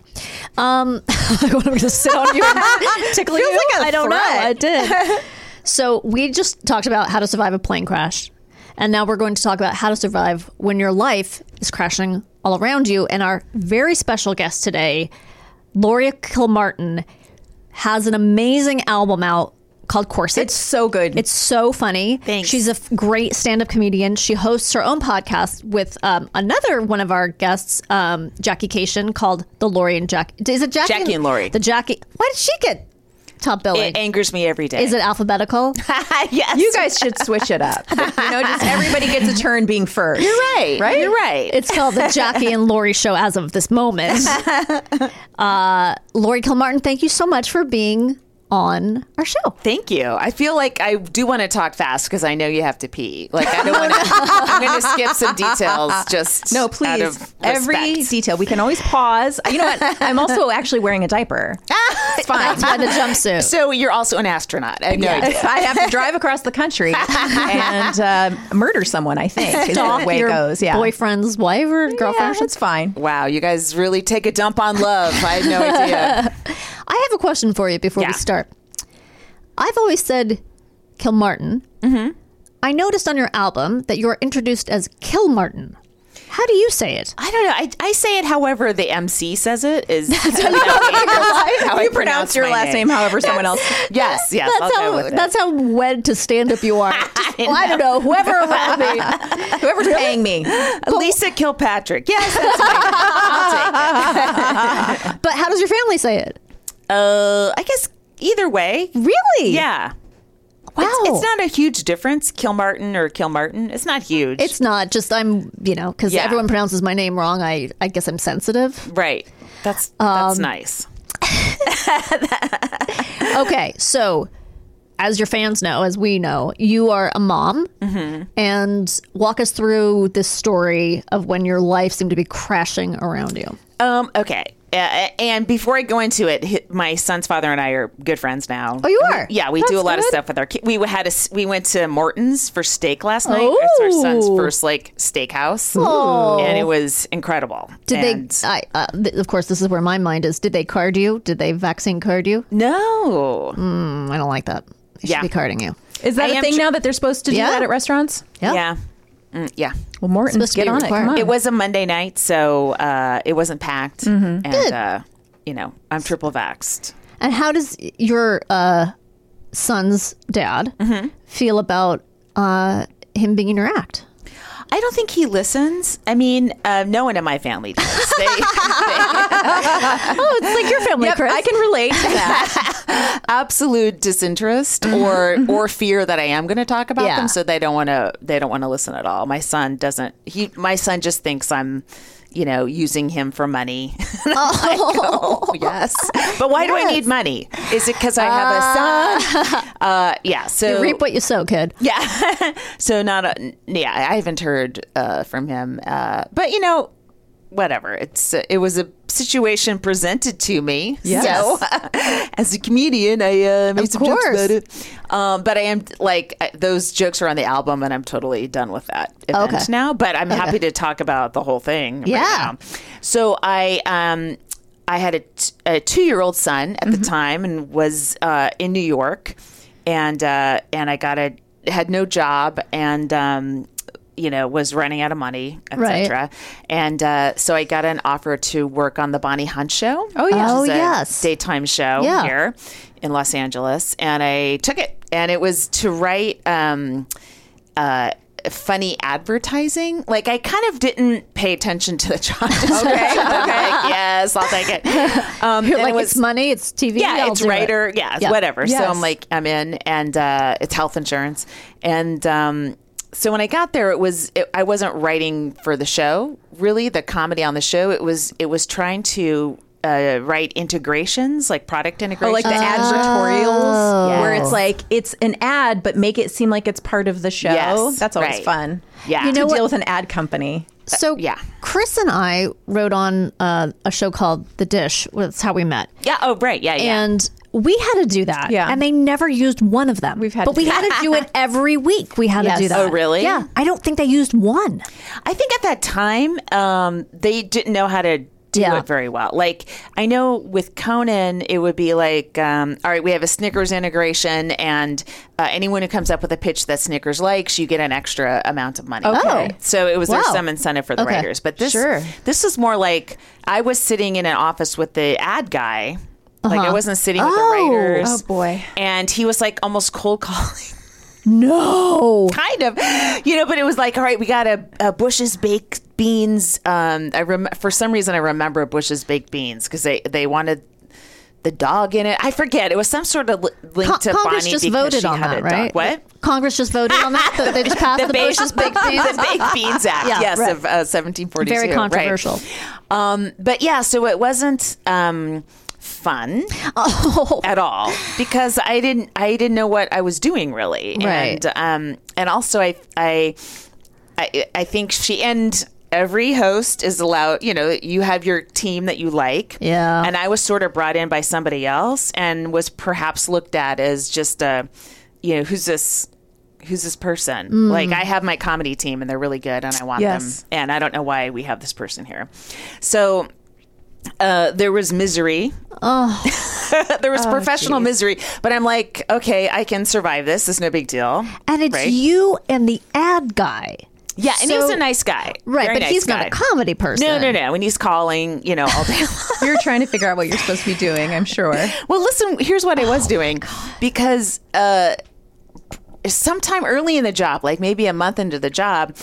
Um, *laughs* I'm going to sit on you *laughs* and tickle you. I don't know. I did. So we just talked about how to survive a plane crash, and now we're going to talk about how to survive when your life is crashing all around you. And our very special guest today, Gloria Kilmartin, has an amazing album out called Corset. it's so good. It's so funny. Thanks. She's a f- great stand-up comedian. She hosts her own podcast with um, another one of our guests, um, Jackie Cation, called the Lori and Jackie. Is it Jackie? Jackie and Lori. The Jackie. Why did she get top billing? It angers me every day. Is it alphabetical? *laughs* yes. you guys should switch it up. You know, just everybody gets *laughs* a turn being first. You're *laughs* right. Right. You're right. it's called the Jackie and Lori Show as *laughs* of this moment. Uh, Lori Kilmartin, thank you so much for being on our show. Thank you. I feel like I do want to talk fast because I know you have to pee. Like I *laughs* don't want to. I'm going to skip some details. Just No, out please. of Every respect. detail. We can always pause. You know what? I'm *laughs* also actually wearing a diaper. It's fine. That's why the jumpsuit. *laughs* So you're also an astronaut. I have no idea. I have to drive across the country and uh, murder someone. I think is the way it Your goes. Yeah, Boyfriend's wife or yeah, girlfriend? that's fine. Wow, you guys really take a dump on love. I had no *laughs* idea. I have a question for you before Yeah. we start. I've always said Kilmartin. Mm-hmm. I noticed on your album that you're introduced as Kilmartin. How do you say it? I don't know. I, I say it however the MC says it is. *laughs* That's how, I you pronounce your my last name, however someone else. Yes, yes. I'll that's go how with it. that's how wed to stand up you are. *laughs* Just- well, I don't know whoever around me. Whoever's paying me. Lisa Kilpatrick. Yes, that's my name. I'll *laughs* take it. But how does your family say it? Uh, I guess either way. Really? Yeah. Wow. It's, it's not a huge difference, Kilmartin or Kilmartin. It's not huge. It's not just I'm you know because Yeah. everyone pronounces my name wrong. I I guess I'm sensitive. right. That's that's nice. Okay, so as your fans know, as we know, you are a mom, Mm-hmm. and walk us through this story of when your life seemed to be crashing around you. Um, okay. Uh, and before I go into it, hi- my son's father and I are good friends now. Oh, you are? Yeah, we do a That's lot of good. stuff with our kids. We had a s- we went to Morton's for steak last night. It's our son's Ooh. first like steakhouse, and it was incredible. Did And- they? I, uh, th- of course, this is where my mind is. Did they card you? Did they vaccine card you? No. Mm, I don't like that. They Yeah. should be carding you. Is that I a am thing tr- now that they're supposed to do Yeah. that at restaurants? Yeah. Yeah. Mm, yeah. Well, Morton, Supposed to get be on it. Come required. on. It was a Monday night, so uh, it wasn't packed, Mm-hmm. and Uh, you know I'm triple vaxxed. And how does your uh, son's dad Mm-hmm. feel about uh, him being in your act? I don't think he listens. I mean, uh, no one in my family does. They, *laughs* Oh, it's like your family, Yep, I can relate to that. absolute disinterest or or fear that I am going to talk about Mm-hmm. Yeah. them, so they don't want to. They don't want to listen at all. My son doesn't. He my son just thinks I'm. You know, using him for money. *laughs* And I'm like, oh, *laughs* yes. But why do I need money? Is it because I have a son? *laughs* Uh, yeah. So Ah. You reap what you sow, kid. Yeah. *laughs* so not a n- yeah. I haven't heard uh, from him, uh, but you know, whatever. It's it was a situation presented to me. So *laughs* as a comedian, I uh, made Of some jokes course. about it. Um, but I am like I- those jokes are on the album, and I'm totally done with that event Okay. now. But I'm happy to talk about the whole thing. right Yeah. now. So I um I had a t- a two year old son at Mm-hmm. the time and was uh, in New York, and uh, and I got a had no job and um you know was running out of money Right. etc. cetera. And uh, so I got an offer to work on the Bonnie Hunt show. Oh yeah. Oh, a yes. daytime show Yeah. here in Los Angeles, and I took it. And it was to write. Um, uh, funny advertising. Like I kind of didn't pay attention to the job. description. I'm like, yes, I'll take *laughs* it. Um, You're and *laughs* like it it's money, it's TV. yeah, I'll it's do it. writer, yeah, it's Yeah. whatever. So Yes. I'm like, I'm in, and uh, it's health insurance, and um, so when I got there, it was it, I wasn't writing for the show, really, the comedy on the show. It was it was trying to uh, write integrations, like product Oh, Or integrations, like the advertorials, where Oh. it's like it's an ad, but make it seem like it's part of the show. Yes, That's always right. fun. Yeah. you You know know to deal with an ad company. So yeah. Chris and I wrote on uh, a show called The Dish. Well, That's how we met, yeah, oh right, yeah, yeah. and we had to do that. Yeah. and they never used one of them. We've had but to we do had to *laughs* do it every week. We had Yes. to do that. Oh, really? Yeah, I don't think they used one. I think at that time um, they didn't know how to do Yeah. it very well. Like I know with Conan, it would be like, um, all right, we have a Snickers integration, and uh, anyone who comes up with a pitch that Snickers likes, you get an extra amount of money. Okay. Oh. so it was there's Wow. some incentive for the Okay. writers, but this Sure. this is more like I was sitting in an office with the ad guy. Like I wasn't sitting with Oh. the writers. Oh, boy. And he was like almost cold *laughs* calling No. kind of, you know. But it was like, all right, we got a, a Bush's baked beans. Um, I rem- for some reason I remember Bush's baked beans because they they wanted the dog in it. I forget. It was some sort of li- link Con- to Congress Bonnie just because voted she on had that, a dog. right? What? Congress just voted on that. They- they *laughs* just passed *laughs* the, ba- Bush's Big Beans. the baked beans act. Yeah, yes, right. of uh, 1742. Very right. controversial. Um, but yeah, so it wasn't. Um, f- fun Oh. at all because I didn't I didn't know what I was doing really. And Right. um and also I I I, I think she and every host is allowed you know you have your team that you like Yeah. and i was sort of brought in by somebody else and was perhaps looked at as just a you know who's this who's this person Mm. like i have my comedy team and they're really good and i want Yes. them and i don't know why we have this person here so uh, there was misery. Oh, *laughs* there was professional misery, but I'm like, okay, I can survive this. It's no big deal. and it's Right. you and the ad guy. Yeah, and he was So- a nice guy, Right, Very but nice he's not guy. a comedy person. No, no, no. And he's calling, you know, all day. *laughs* long. *laughs* You're trying to figure out what you're supposed to be doing, I'm sure. well, listen, here's what I Oh, was doing because uh, sometime early in the job, like maybe a month into the job,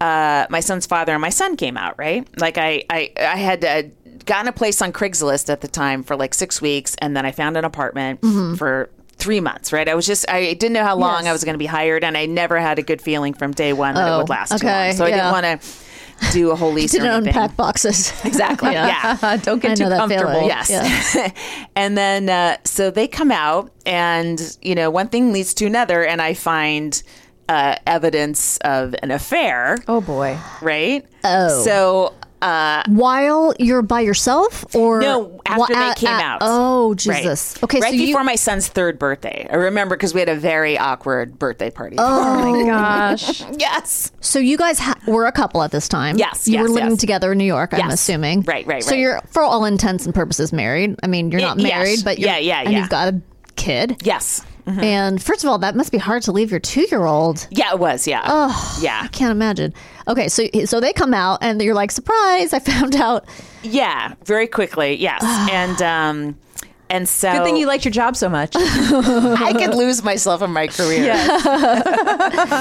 uh, my son's father and my son came out. Right, like I, I, I had. Uh, gotten a place on Craigslist at the time for like 6 weeks and then I found an apartment Mm-hmm. for 3 months, right? I was just I didn't know how long I was going to be hired and I never had a good feeling from day 1 that it Oh, would last too okay, long. So yeah. I didn't want to do *laughs* a whole lease or Didn't anything. unpack boxes. *laughs* Exactly. Yeah. Don't get I too know that feeling. comfortable. Yes. *laughs* and then uh, so they come out, and you know, one thing leads to another, and I find uh, evidence of an affair. Oh boy. Right. Oh. So. Uh, While you're by yourself, or no, Wha- after they at- came at- out. Oh Right. Jesus. Okay, right so you before my son's third birthday. I remember because we had a very awkward birthday party. Oh, *laughs* Gosh. *laughs* yes. so you guys ha- were a couple at this time. Yes, you were yes, living yes. together in New York. I'm Yes. assuming. Right, right, So right. you're for all intents and purposes married. I mean, you're not Y- yes. married, but you're, Yeah, yeah, and yeah. Mm-hmm. you've got a kid. Yes. And first of all, that must be hard to leave your two year old. Yeah, it was. Yeah. Oh, yeah. Can't imagine. Okay, so so they come out and you're like, surprise! I found out. Yeah. Very quickly. Yes. and um, and so Good thing you liked your job so much. I could lose myself in my career.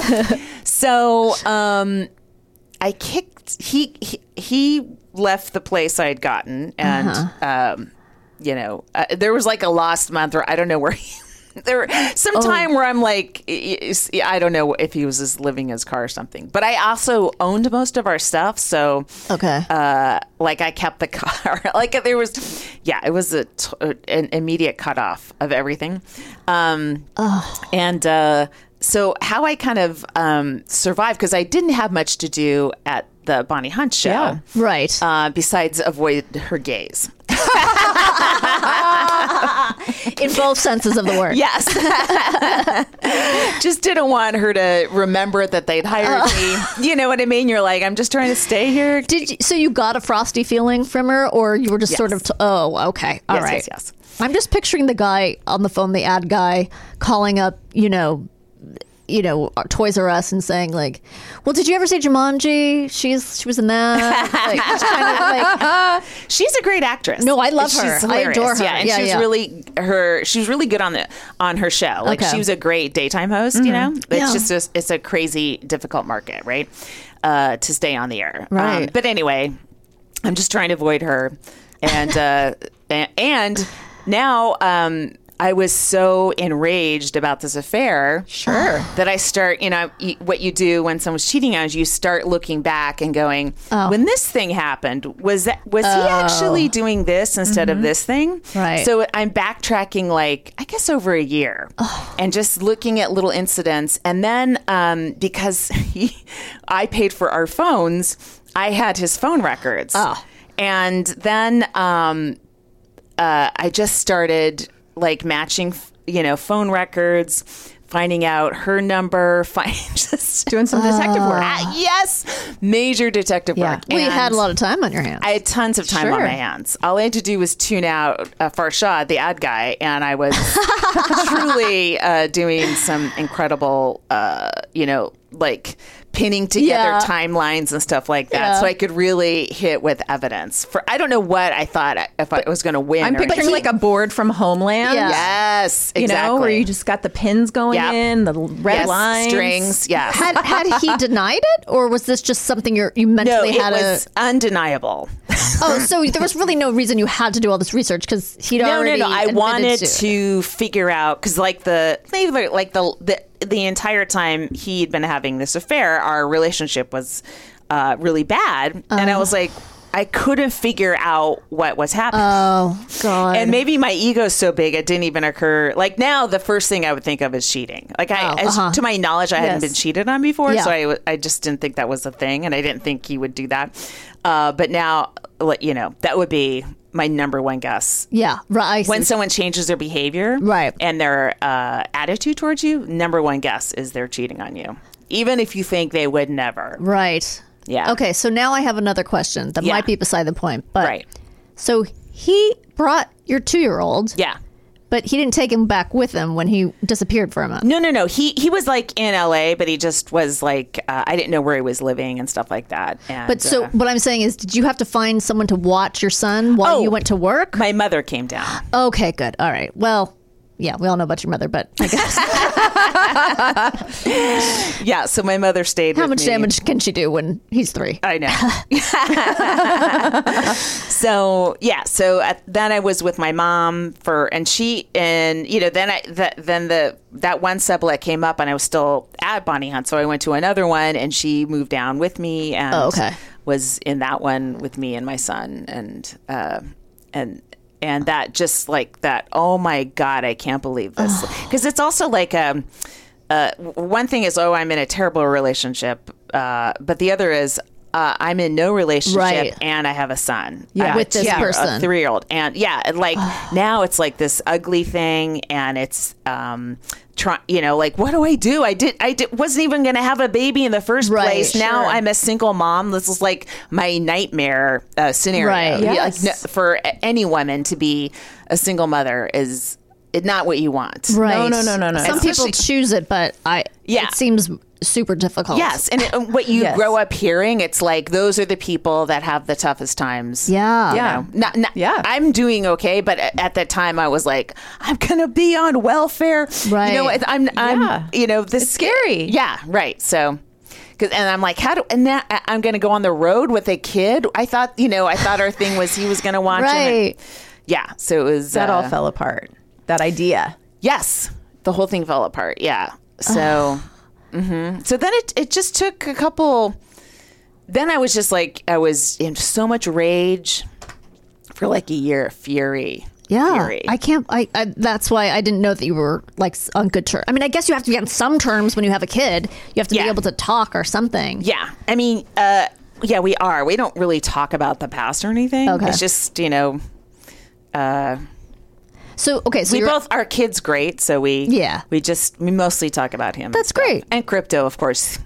*laughs* so um, I kicked. He, he he left the place I had gotten, and um, you know, uh, there was like a lost month, or I don't know where. he *laughs* There, some time where I'm like, i- is- I don't know if he was just living his car or something. But I also owned most of our stuff, so Okay. uh, like I kept the *laughs* car. like there was, yeah, it was a t- uh, an immediate cutoff of everything. Um, And uh, so how I kind of um, survived because I didn't have much to do at the Bonnie Hunt show, right. uh, besides avoid her gaze. in both senses of the *laughs* word. Yes, just didn't want her to remember that they'd hired me. You know what I mean? You're like, I'm just trying to stay here. Did you, so you got a frosty feeling from her, or you were just sort Yes. of t- oh okay all Yes, right. yes, yes. I'm just picturing the guy on the phone, the ad guy, calling up you know, you know uh, Toys R Us and saying like, well, did you ever see Jumanji? She's she was *laughs* in that. Like, just kind of like, She's a great actress. No, I love her. She's I hilarious. adore her. Yeah, and Yeah, she was yeah. really her. She was really good on the on her show. Like Okay. she was a great daytime host. You know, it's Mm-hmm. Yeah. just a, it's a crazy difficult market, right? Uh, to stay on the air, Um, Right. but anyway, I'm just trying to avoid her, and uh, *laughs* a- and now. Um, I was so enraged about this affair. Sure. That I start, you know, you- what you do when someone's cheating on you, you start looking back and going, Oh. when this thing happened, was that was he actually doing this instead of this thing? Mm-hmm. Right. So I'm backtracking like I guess over a year, and just looking at little incidents, and then um, because he, I paid for our phones, I had his phone records, and then um, uh, I just started like matching, f- you know, phone records, finding out her number, *laughs* find just Doing some detective work. Ah, yes, major detective Yeah. work. well, you And- had a lot of time on your hands. I had tons of time on Sure. my hands. All I had to do was tune out uh, Farshad, the ad guy, and I *laughs* was truly uh, doing some incredible, uh, you know, like pinning together Yeah. timelines and stuff like that. So I could really hit with evidence. For I don't know what I thought I- if I was going to win. I'm or picturing anything. like a board from Homeland. Yeah. yes, You exactly. know, where you just got the pins going Yep. in, the red Yes, lines. strings, yes. had, had *laughs* he denied it, or was this just something you you no, mentally it had was a? undeniable. Oh, so there was really no reason you had to do all this research because he'd already. no, no, no. I admitted wanted to. to, figure out because, like the maybe like- like the, the the entire time he'd been having this affair, our relationship was uh, really bad, and I was like, I couldn't figure out what was happening. Oh God. and maybe my ego's so big it didn't even occur. Like now, the first thing I would think of is cheating. Like I, as, to my knowledge, I hadn't Oh, uh-huh. Yes. been cheated on before, Yeah. so I, w- I just didn't think that was a thing, and I didn't think he would do that. Uh, but now, like, you know, that would be my number one guess. yeah. Right. I When see. someone changes their behavior, Right. and their uh, attitude towards you, number one guess is they're cheating on you, even if you think they would never. right. Yeah. Okay. So now I have another question that Yeah. might be beside the point, but Right. so he brought your two-year-old, Yeah. but he didn't take him back with him when he disappeared for a month. No, no, no. He he was like in L.A., but he just was like uh, I didn't know where he was living and stuff like that. And, But so uh, what I'm saying is, did you have to find someone to watch your son while Oh. you went to work? my mother came down. Okay, good. All right. Well, yeah, we all know about your mother, but *laughs* I guess Yeah, so my mother stayed. how with much me. damage can she do when he's three? *laughs* I know. *laughs* so yeah, so at, then I was with my mom for, and she, and you know, then I, that then the that one sublet came up, and I was still at Bonnie Hunt, so I went to another one, and she moved down with me, and Oh, okay. was in that one with me and my son, and uh, and and that just like that. Oh my God, I can't believe this *sighs* because it's also like um uh, w- one thing is, oh, I'm in a terrible relationship, uh, but the other is, uh, I'm in no relationship Right. and I have a son Yeah. Uh, With this yeah, person. a three year old, and yeah, and, *sighs* like now it's like this ugly thing, and it's um, try, you know, like what do I do? I did, I did, wasn't even going to have a baby in the first Right, place. Now sure. I'm a single mom. This is like my nightmare uh, scenario. Right. Yeah, like, Yes. no- for a- any woman to be a single mother is not what you want. Right. No, no, no, no, no. Some people choose it, but I. Yeah. It seems super difficult. Yes, and it, uh, what you *laughs* Yes. grow up hearing, it's like those are the people that have the toughest times. Yeah. You know? Not, not, Yeah. I'm doing okay, but a- at that time I was like, I'm gonna be on welfare. Right. You know, it's- I'm, I'm, Yeah. you know, this scary. Yeah, right. So. 'cause- And I'm like, how do? And now I- I'm going to go on the road with a kid. I thought, you know, I thought our thing was he was going to watch. him and- Right. yeah. So it was That uh, all fell apart. That idea. Yes, the whole thing fell apart. Yeah. So, hmm so then it it just took a couple. Then I was just like I was in so much rage for like a year, fury. Yeah. fury. I can't. I, I. That's why I didn't know that you were like s- on good terms. I mean, I guess you have to be on some terms when you have a kid. You have to be Yeah. able to talk or something. yeah, I mean, uh, yeah, we are. We don't really talk about the past or anything. Okay. It's just you know, So okay. So we you're, both our kids great, so we Yeah. we just we mostly talk about him. and That's stuff. great. and crypto, of *laughs* course.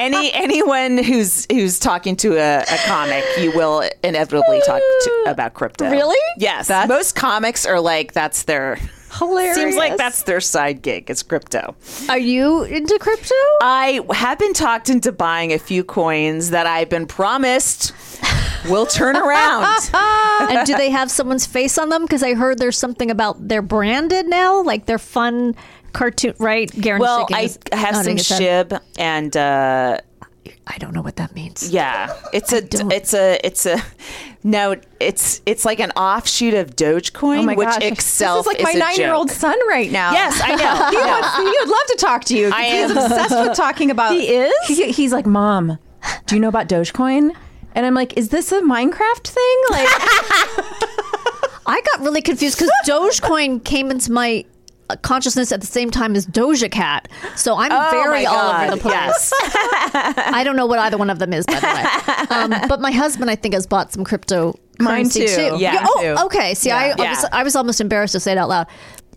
any anyone who's who's talking to a, a comic, you will inevitably talk to, about crypto. Really? Yes. Most comics are like that's their hilarious. Seems like that's their side gig. It's crypto. Are you into crypto? I have been talked into buying a few coins that I've been promised will turn *laughs* around. *laughs* and do they have someone's face on them? Because I heard there's something about they're branded now, like they're fun cartoon, right? Garen well, shaking I his- have nodding some his head. shib and. uh I don't know what that means. Yeah, it's a it's a it's a no, it's it's like an offshoot of Dogecoin, Oh my which gosh. itself this is like my a joke. nine-year-old son right now. Yes, I know. *laughs* He, wants, he would love to talk to you. 'cause I he's am. obsessed with talking about. He is. he's like, Mom, do you know about Dogecoin? And I'm like, Is this a Minecraft thing? Like, I got really *laughs* confused because Dogecoin came into my uh, consciousness at the same time as Doja Cat. So I'm very Oh my all over God, the place. yes. *laughs* I don't know what either one of them is, by the *laughs* way. Um, but my husband, I think, has bought some crypto. Mine currency, too. Yeah. Oh, okay. See, I, I, Yeah. was, I was almost embarrassed to say it out loud.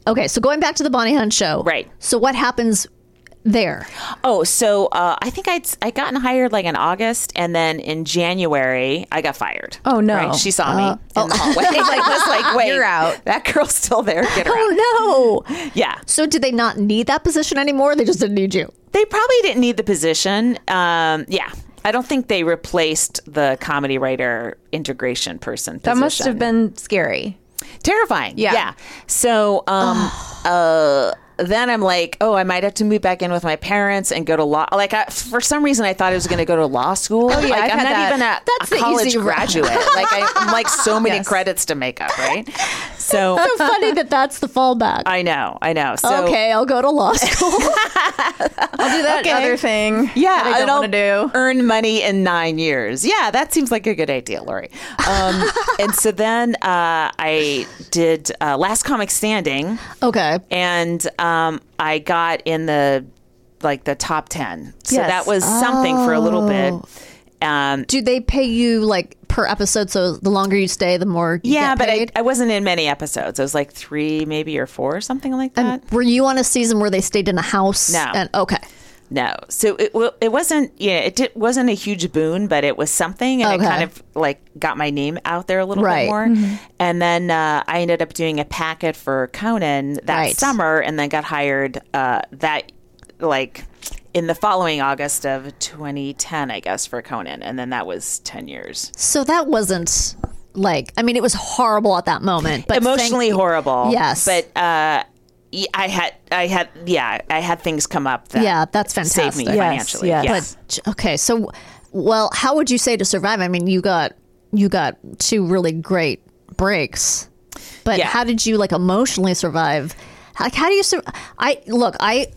Okay, so going back to the Bonnie Hunt show. Right. So what happens *gasps* there? Oh, so uh, I think I'd I gotten hired like in August, and then in January I got fired. Oh, no. oh. Right? She saw me in the hallway. *laughs* like was *laughs* like, wait, You're out. That girl's still there. Get her out. Oh no. Yeah, So did they not need that position anymore? They just didn't need *laughs* you. they probably didn't need the position. Um, yeah. I don't think they replaced the comedy writer integration person. that must have position. been scary. terrifying. Yeah. Yeah. So, um, uh, then I'm like, oh, I might have to move back in with my parents and go to law. Like I, for some reason, I thought I was going to go to law school. Oh, yeah, like, I've I'm had not that. even a, That's a the college easy route. graduate. *laughs* like I, I'm like so many credits to make up, right? So *laughs* so funny that that's the fallback. I know, I know. So okay, I'll go *laughs* to law school. I'll do that other thing. Yeah, that I and don't want I'll to do. earn money in nine years. Yeah, that seems like a good idea, Lori. Um, *laughs* and so then uh, I did uh, Last Comic Standing, okay. and um, I got in the like the top ten. So Yes. that was something for a little bit. Oh. Um, Do they pay you like per episode? So the longer you stay, the more you yeah, get but I, paid? I wasn't in many episodes. I was like three, maybe or four, or something like that. were you on a season where they stayed in a house? No. And okay, No, so it wa- it wasn't yeah it did, wasn't a huge boon, but it was something, and Okay. it kind of like got my name out there a little Right. Mm-hmm. bit more. And then uh, I ended up doing a packet for Conan that Right. summer, and then got hired uh, that like in the following August of 2010, I guess, for Conan, and then that was 10 years. so that wasn't like I mean it was horrible at that moment, but Emotionally thank- horrible, Yes. but. Uh, y- I had, I had, yeah, I had things come up. That Yeah, that's Saved me fantastic. Yes, financially. yes. Yeah. But okay, so well, how would you say to survive? I mean, you got you got two really great breaks, but Yeah. how did you like emotionally survive? Like, how do you? Sur- I look, I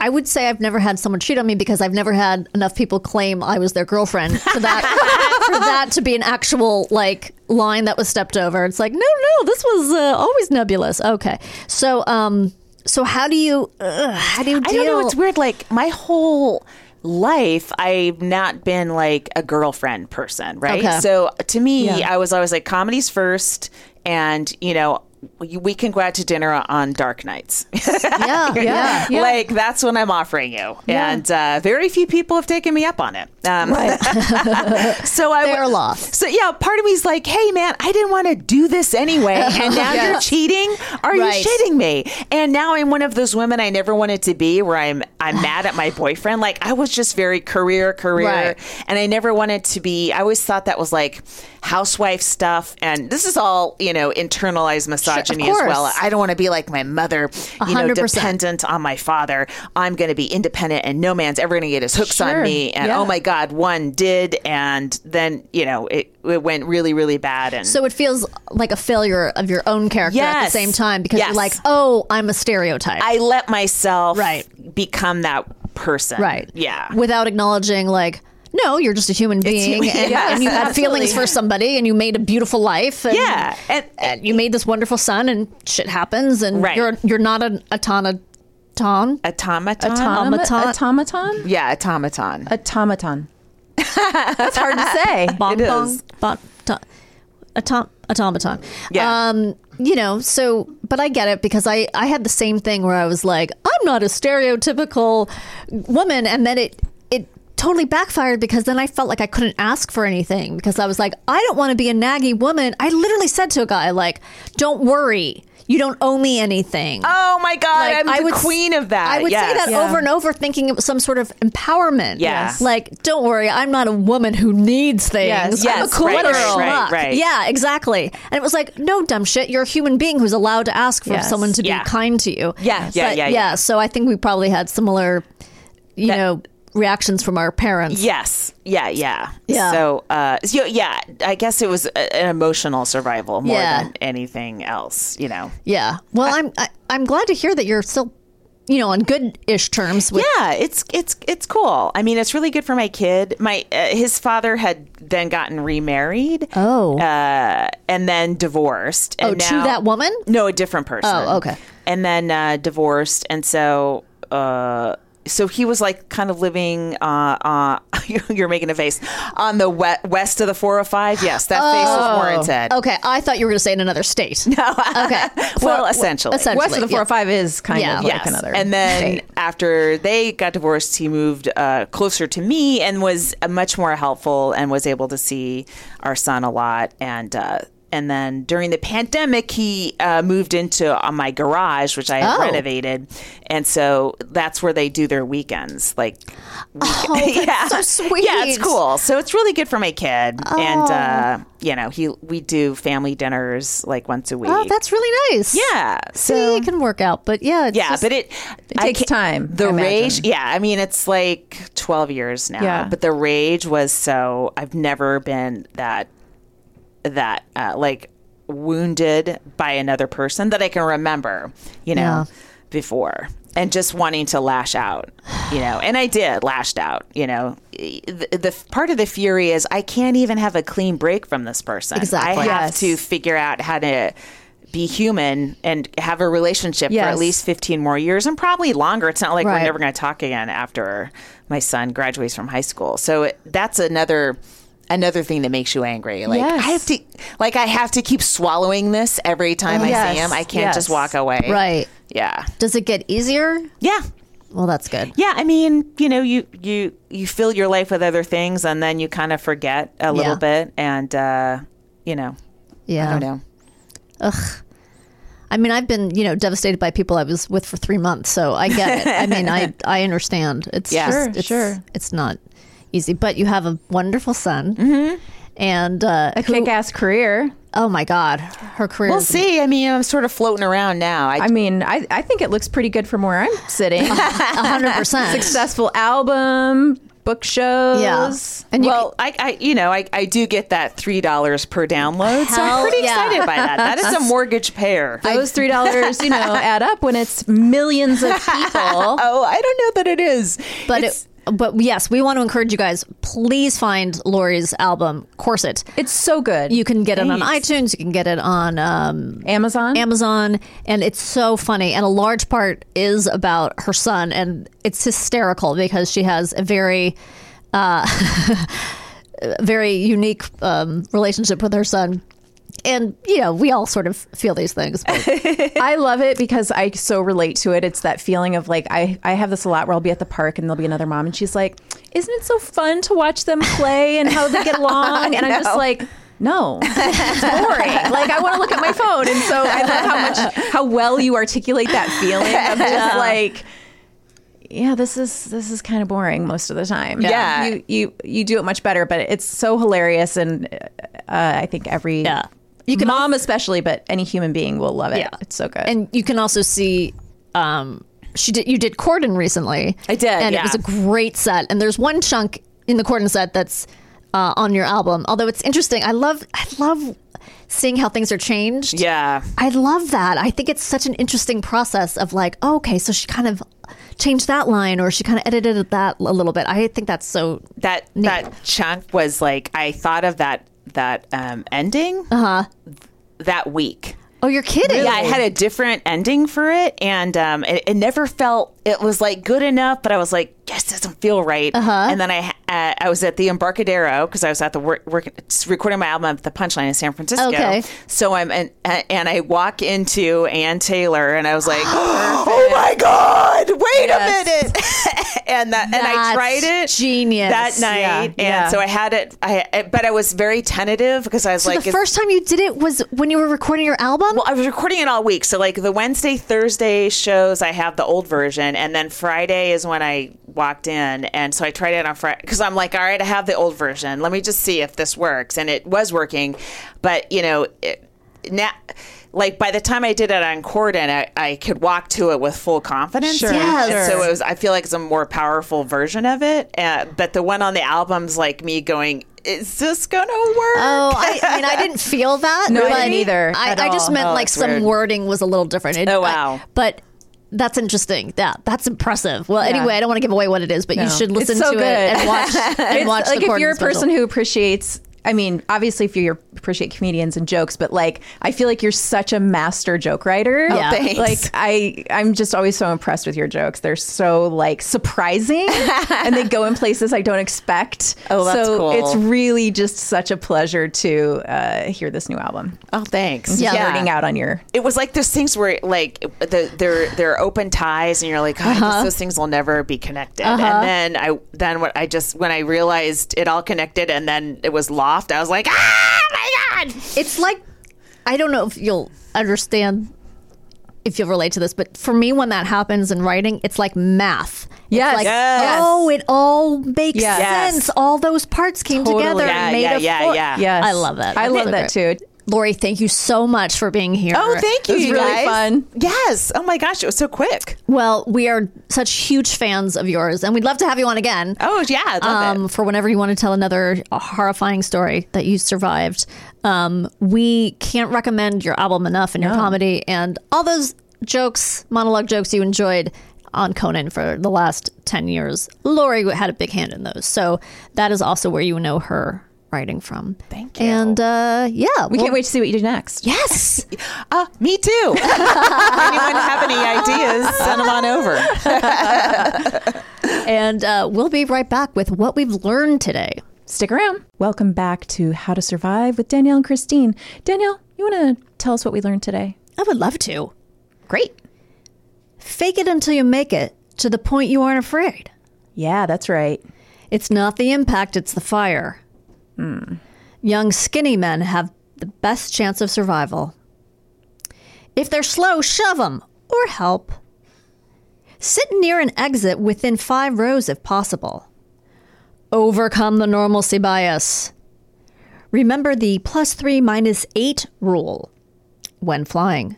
I would say I've never had someone cheat on me because I've never had enough people claim I was their girlfriend *laughs* for that for that to be an actual like line that was stepped over. It's like no, no, this was uh, always nebulous. Okay, so um. So how do you uh, how do you I deal? don't know. It's weird. Like my whole life, I've not been like a girlfriend person, right? Okay. So to me, I was always like comedies first, and you know. we- We can go out to dinner on dark nights. *laughs* yeah, yeah, yeah. Like, that's when I'm offering you. And uh, very few people have taken me up on it. Um, *laughs* so I Fair w- loss. So, yeah, part of me's like, hey, man, I didn't want to do this *laughs* anyway. And now you're cheating? Are you Right. shitting me? And now I'm one of those women I never wanted to be where I'm I'm *sighs* mad at my boyfriend. Like, I was just very career, career. Right. And I never wanted to be, I always thought that was like housewife stuff. And this is all, you know, internalized misogyny as well. course. I don't want to be like my mother, you know, 100%. dependent on my father. I'm going to be independent and no man's ever going to get his hooks on me. And oh my God, one did. And then, you know, it, it went really, really bad. And So it feels like a failure of your own character at the Yes. same time because you're Yes. like, oh, I'm a stereotype. I let myself Right. become that person. right. Yeah. Without acknowledging, like, no, you're just a human being human- *laughs* and, Yes, and you had feelings for somebody and you made a beautiful life. And, Yeah, And, and- you made this wonderful son and shit happens and Right. you're you're not an automaton. automaton. Automaton. Automaton? yeah, automaton. Automaton. That's hard to say. *laughs* Bong It bong is. bon- ton- autom- automaton. Yeah. Um, you know, so but I get it because I I had the same thing where I was like, I'm not a stereotypical woman, and then it it totally backfired because then I felt like I couldn't ask for anything because I was like, I don't want to be a naggy woman. I literally said to a guy like, Don't worry, you don't owe me anything. oh my God, Like, I'm the I would s- queen of that. I would say Yes. that Yeah. over and over, thinking it was some sort of empowerment. Yeah. Yes. Like, don't worry, I'm not a woman who needs things. Yes. I'm a Yes, cool right, girl. right, right, right. Yeah, exactly. And it was like, no dumb shit. You're a human being who's allowed to ask for Yes. someone to Yeah. be kind to you. Yes. Yeah, But yeah, yeah. So I think we probably had similar, you know, reactions from our parents. Yes. Yeah. Yeah. Yeah. So, uh, so, yeah, I guess it was a, an emotional survival more Yeah. than anything else, you know? Yeah. Well, I'm I, I'm glad to hear that you're still, you know, on good ish terms with Yeah, it's it's it's cool. I mean, it's really good for my kid. My uh, his father had then gotten remarried. Oh. uh, and then divorced. oh and to now- that woman. No, a different person. Oh, okay. And then uh, divorced, and so. Uh, so he was like kind of living. Uh, *laughs* uh, you're making a face on the we- west of the 405. Yes, that face was warranted. Oh. Okay, I thought you were going to say in *laughs* another state. No. Okay. Well, essentially. essentially. West of the yeah. 405 is kind Yeah. of like Yes. another. And then state. after they got divorced, he moved uh, closer to me and was uh, much more helpful and was able to see our son a lot. And uh, And then during the pandemic, he uh, moved into uh, my garage, which I had Oh. renovated. And so that's where they do their weekends. Like, Oh, *laughs* that's so sweet. Oh. yeah, it's cool. So it's really good for my kid. And, uh, you know, he we do family dinners like once a week. Oh, that's really nice. yeah. See, it can work out, but yeah, it's Yeah, just- but it, I takes can't- time, The I imagine. rage, yeah. I mean, it's like twelve years now. Yeah. But the rage was so. I've never been that that uh, like wounded by another person that I can remember. You know, Yeah. before and just wanting to lash out. You know, and I did lashed out. You know, the, the part of the fury is I can't even have a clean break from this person. Exactly. I have Yes. to figure out how to be human and have a relationship for Yes. at least 15 more years and probably longer. It's not like Right. we're never going to talk again after my son graduates from high school. So it, that's another another thing that makes you angry. Like Yes. I have to like I have to keep swallowing this every time I Yes, see him. I can't just yes. walk away. right. Yeah. Does it get easier? Yeah. Well, that's good. Yeah, I mean, you know, you you you fill your life with other things and then you kind of forget a little bit and uh, you know, Yeah. I don't know. I mean, I've been, you know, devastated by people I was with for three months, so I get it. I *laughs* mean, I I understand. It's Yeah. just, Sure, it's, sure. It's not easy, but you have a wonderful son, Mm-hmm. and uh, A kick ass career. oh my God, her career. We'll is- see. I mean, I'm sort of floating around now. I, I mean, I, I think it looks pretty good from where I'm sitting. a hundred percent. Successful album, book shows. Yeah, and you well, I, I, you know, I, I do get that three dollars per download, so Hell I'm pretty yeah. excited by that. That is a mortgage payer. Those three dollars, you know, add up when it's millions of people. *laughs* oh, I don't know that it is. *laughs* but it, but yes, we want to encourage you guys. Please find Lori's album Corset. It's so good. You can get it on iTunes. You can get it on um, Amazon. Amazon, and it's so funny. And a large part is about her son, and it's hysterical because she has a very, *laughs* uh, very unique um, relationship with her son. And you know, we all sort of feel these things. But I love it because I so relate to it. It's that feeling of like I, I have this a lot where I'll be at the park and there'll be another mom and she's like, "Isn't it so fun to watch them play and how they *laughs* get along?" And I'm just like, "No, it's boring. like I want to look at my phone." And so I love how much how well you articulate that feeling of just like. Yeah, this is this is kind of boring most of the time. Yeah. you you you do it much better, but it's so hilarious, and uh, I think every Yeah. you can mom especially, but any human being will love it. Yeah. it's so good. and you can also see. Um, she did. You did Corden recently. I did, and it yeah. was a great set. And there's one chunk in the Corden set that's uh, on your album. Although it's interesting, I love, I love seeing how things are changed. yeah, I love that. I think it's such an interesting process of like, oh, okay, so she kind of changed that line or she kind of edited that a little bit. I think that's so. that that chunk was like I thought of that that um, ending Uh-huh. that week. Oh, you're kidding. Yeah, I had a different ending for it, and um, it, it never felt it was like good enough. But I was like, yes, doesn't feel right. And then I uh, I was at the Embarcadero because I was at the work, work recording my album at the Punchline in San Francisco. Okay. So I'm and and I walk into Ann Taylor, and I was like, oh my god, wait a minute. *laughs* and that and I That's tried it genius. that night, Yeah, and yeah. so I had it. I but I was very tentative because I was so like, the is- first time you did it was when you were recording your album. well, I was recording it all week. So, like the Wednesday, Thursday shows, I have the old version. And then Friday is when I walked in. And so I tried it on Friday because I'm like, all right, I have the old version. Let me just see if this works. And it was working. But, you know, it, now. Like by the time I did it on Corden, I, I could walk to it with full confidence. Sure, And Yes. So it was. I feel like it's a more powerful version of it. Uh, but the one on the album's like me going, "Is this gonna work?" Oh, I, *laughs* I mean, I didn't feel that. No, I but didn't either, I, at I just all. meant Oh, like that's some weird. wording was a little different. It- Oh, I- wow. but that's interesting. Yeah, that's impressive. Well, anyway, I don't want to give away what it is, but you should listen It's so to good. it *laughs* and watch and It's watch like the if Corden you're a special. person who appreciates I mean, obviously if you're appreciate comedians and jokes, but like I feel like you're such a master joke writer. Yeah. Oh, thanks. Like I I'm just always so impressed with your jokes. They're so like surprising and they *laughs* go in places I don't expect. Oh, that's so cool. it's really just such a pleasure to uh, hear this new album. oh thanks. Yeah. Nerding out on your it was like those things where like the, they're they're open ties and you're like oh, I guess those things will never be connected and then I then what I just when I realized it all connected and then it was loft I was like ah my god It's like I don't know if you'll understand if you'll relate to this, but for me, when that happens in writing, it's like math. Yes. It's like, Yes. oh, it all makes Yes. Yes. sense. All those parts came Totally. together Yeah, and made yeah, a yeah, full- yeah. Yes. I love that. I That's love so that great. too. Lori, thank you so much for being here. Oh, thank you. was you really guys. fun. Yes. Oh my gosh, it was so quick. Well, we are such huge fans of yours, and we'd love to have you on again. Oh yeah, I love um, it. for whenever you want to tell another horrifying story that you survived. Um, we can't recommend your album enough and your comedy and all those jokes, monologue jokes you enjoyed on Conan for the last 10 years. Lori had a big hand in those. So that is also where you know her writing from. Thank you. And uh, yeah, We can't wait to see what you do next. Yes. Uh, me too. *laughs* Anyone have any ideas? Send them on over. and uh, we'll be right back with what we've learned today. Stick around. Welcome back to How to Survive with Danielle and Christine. Danielle, you want to tell us what we learned today? I would love to. Great. Fake it until you make it to the point you aren't afraid. Yeah, that's right. It's not the impact, it's the fire. Young skinny men have the best chance of survival. If they're slow, shove 'em or help. Sit near an exit within five rows if possible. Overcome the normalcy bias. Remember the plus three minus eight rule when flying.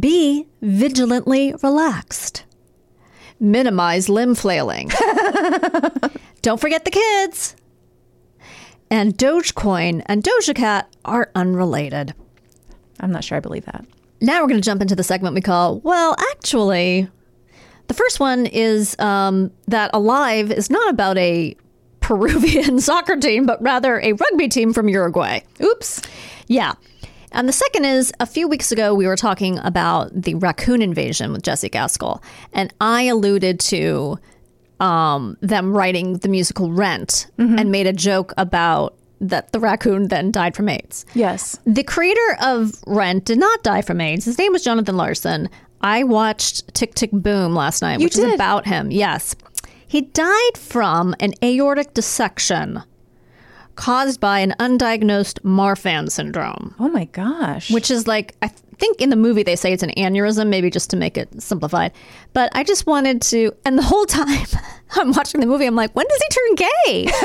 Be vigilantly relaxed. Minimize limb flailing. Don't forget the kids. And Dogecoin and Doja Cat are unrelated. I'm not sure I believe that. Now we're going to jump into the segment we call, well, actually, the first one is um, that Alive is not about a Peruvian *laughs* soccer team, but rather a rugby team from Uruguay. Oops. Yeah. And the second is a few weeks ago, we were talking about the raccoon invasion with Jesse Gaskell, and I alluded to um, them writing the musical Rent and made a joke about that the raccoon then died from AIDS. Yes. The creator of Rent did not die from AIDS. His name was Jonathan Larson. I watched Tick Tick Boom last night, which is about him. Yes. He died from an aortic dissection caused by an undiagnosed Marfan syndrome, Oh my gosh. which is like, I think in the movie they say it's an aneurysm, maybe just to make it simplified. But I just wanted to, and the whole time *laughs* I'm watching the movie, I'm like, when does he turn gay? *laughs*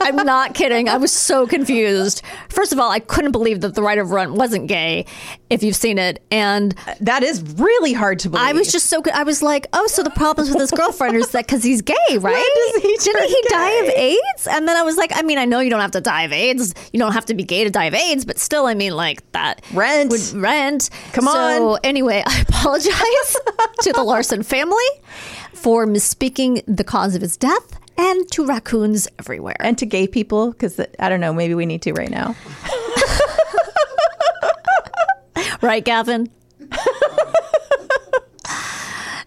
I'm not kidding. I was so confused. First of all, I couldn't believe that the writer of Run wasn't gay, if you've seen it. And that is really hard to believe. I was just so good. I was like, oh, so the problems with his girlfriend is that because he's *laughs* gay, right? does he Didn't turn he die of AIDS? And then I was like, I mean, I know you don't have to die of AIDS. You don't have to be gay to die of AIDS, but still, I mean, like that Rent. would rent. Come So on. anyway, *laughs* I apologize to the Larson family for misspeaking the cause of his death and to raccoons everywhere. and to gay people because I don't know. Maybe we need to right now. *laughs* Right, Gavin?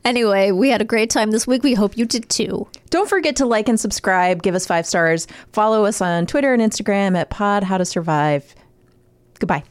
anyway, we had a great time this week. We hope you did too. Don't forget to like and subscribe. Give us five stars. Follow us on Twitter and Instagram at Pod How to Survive. Goodbye.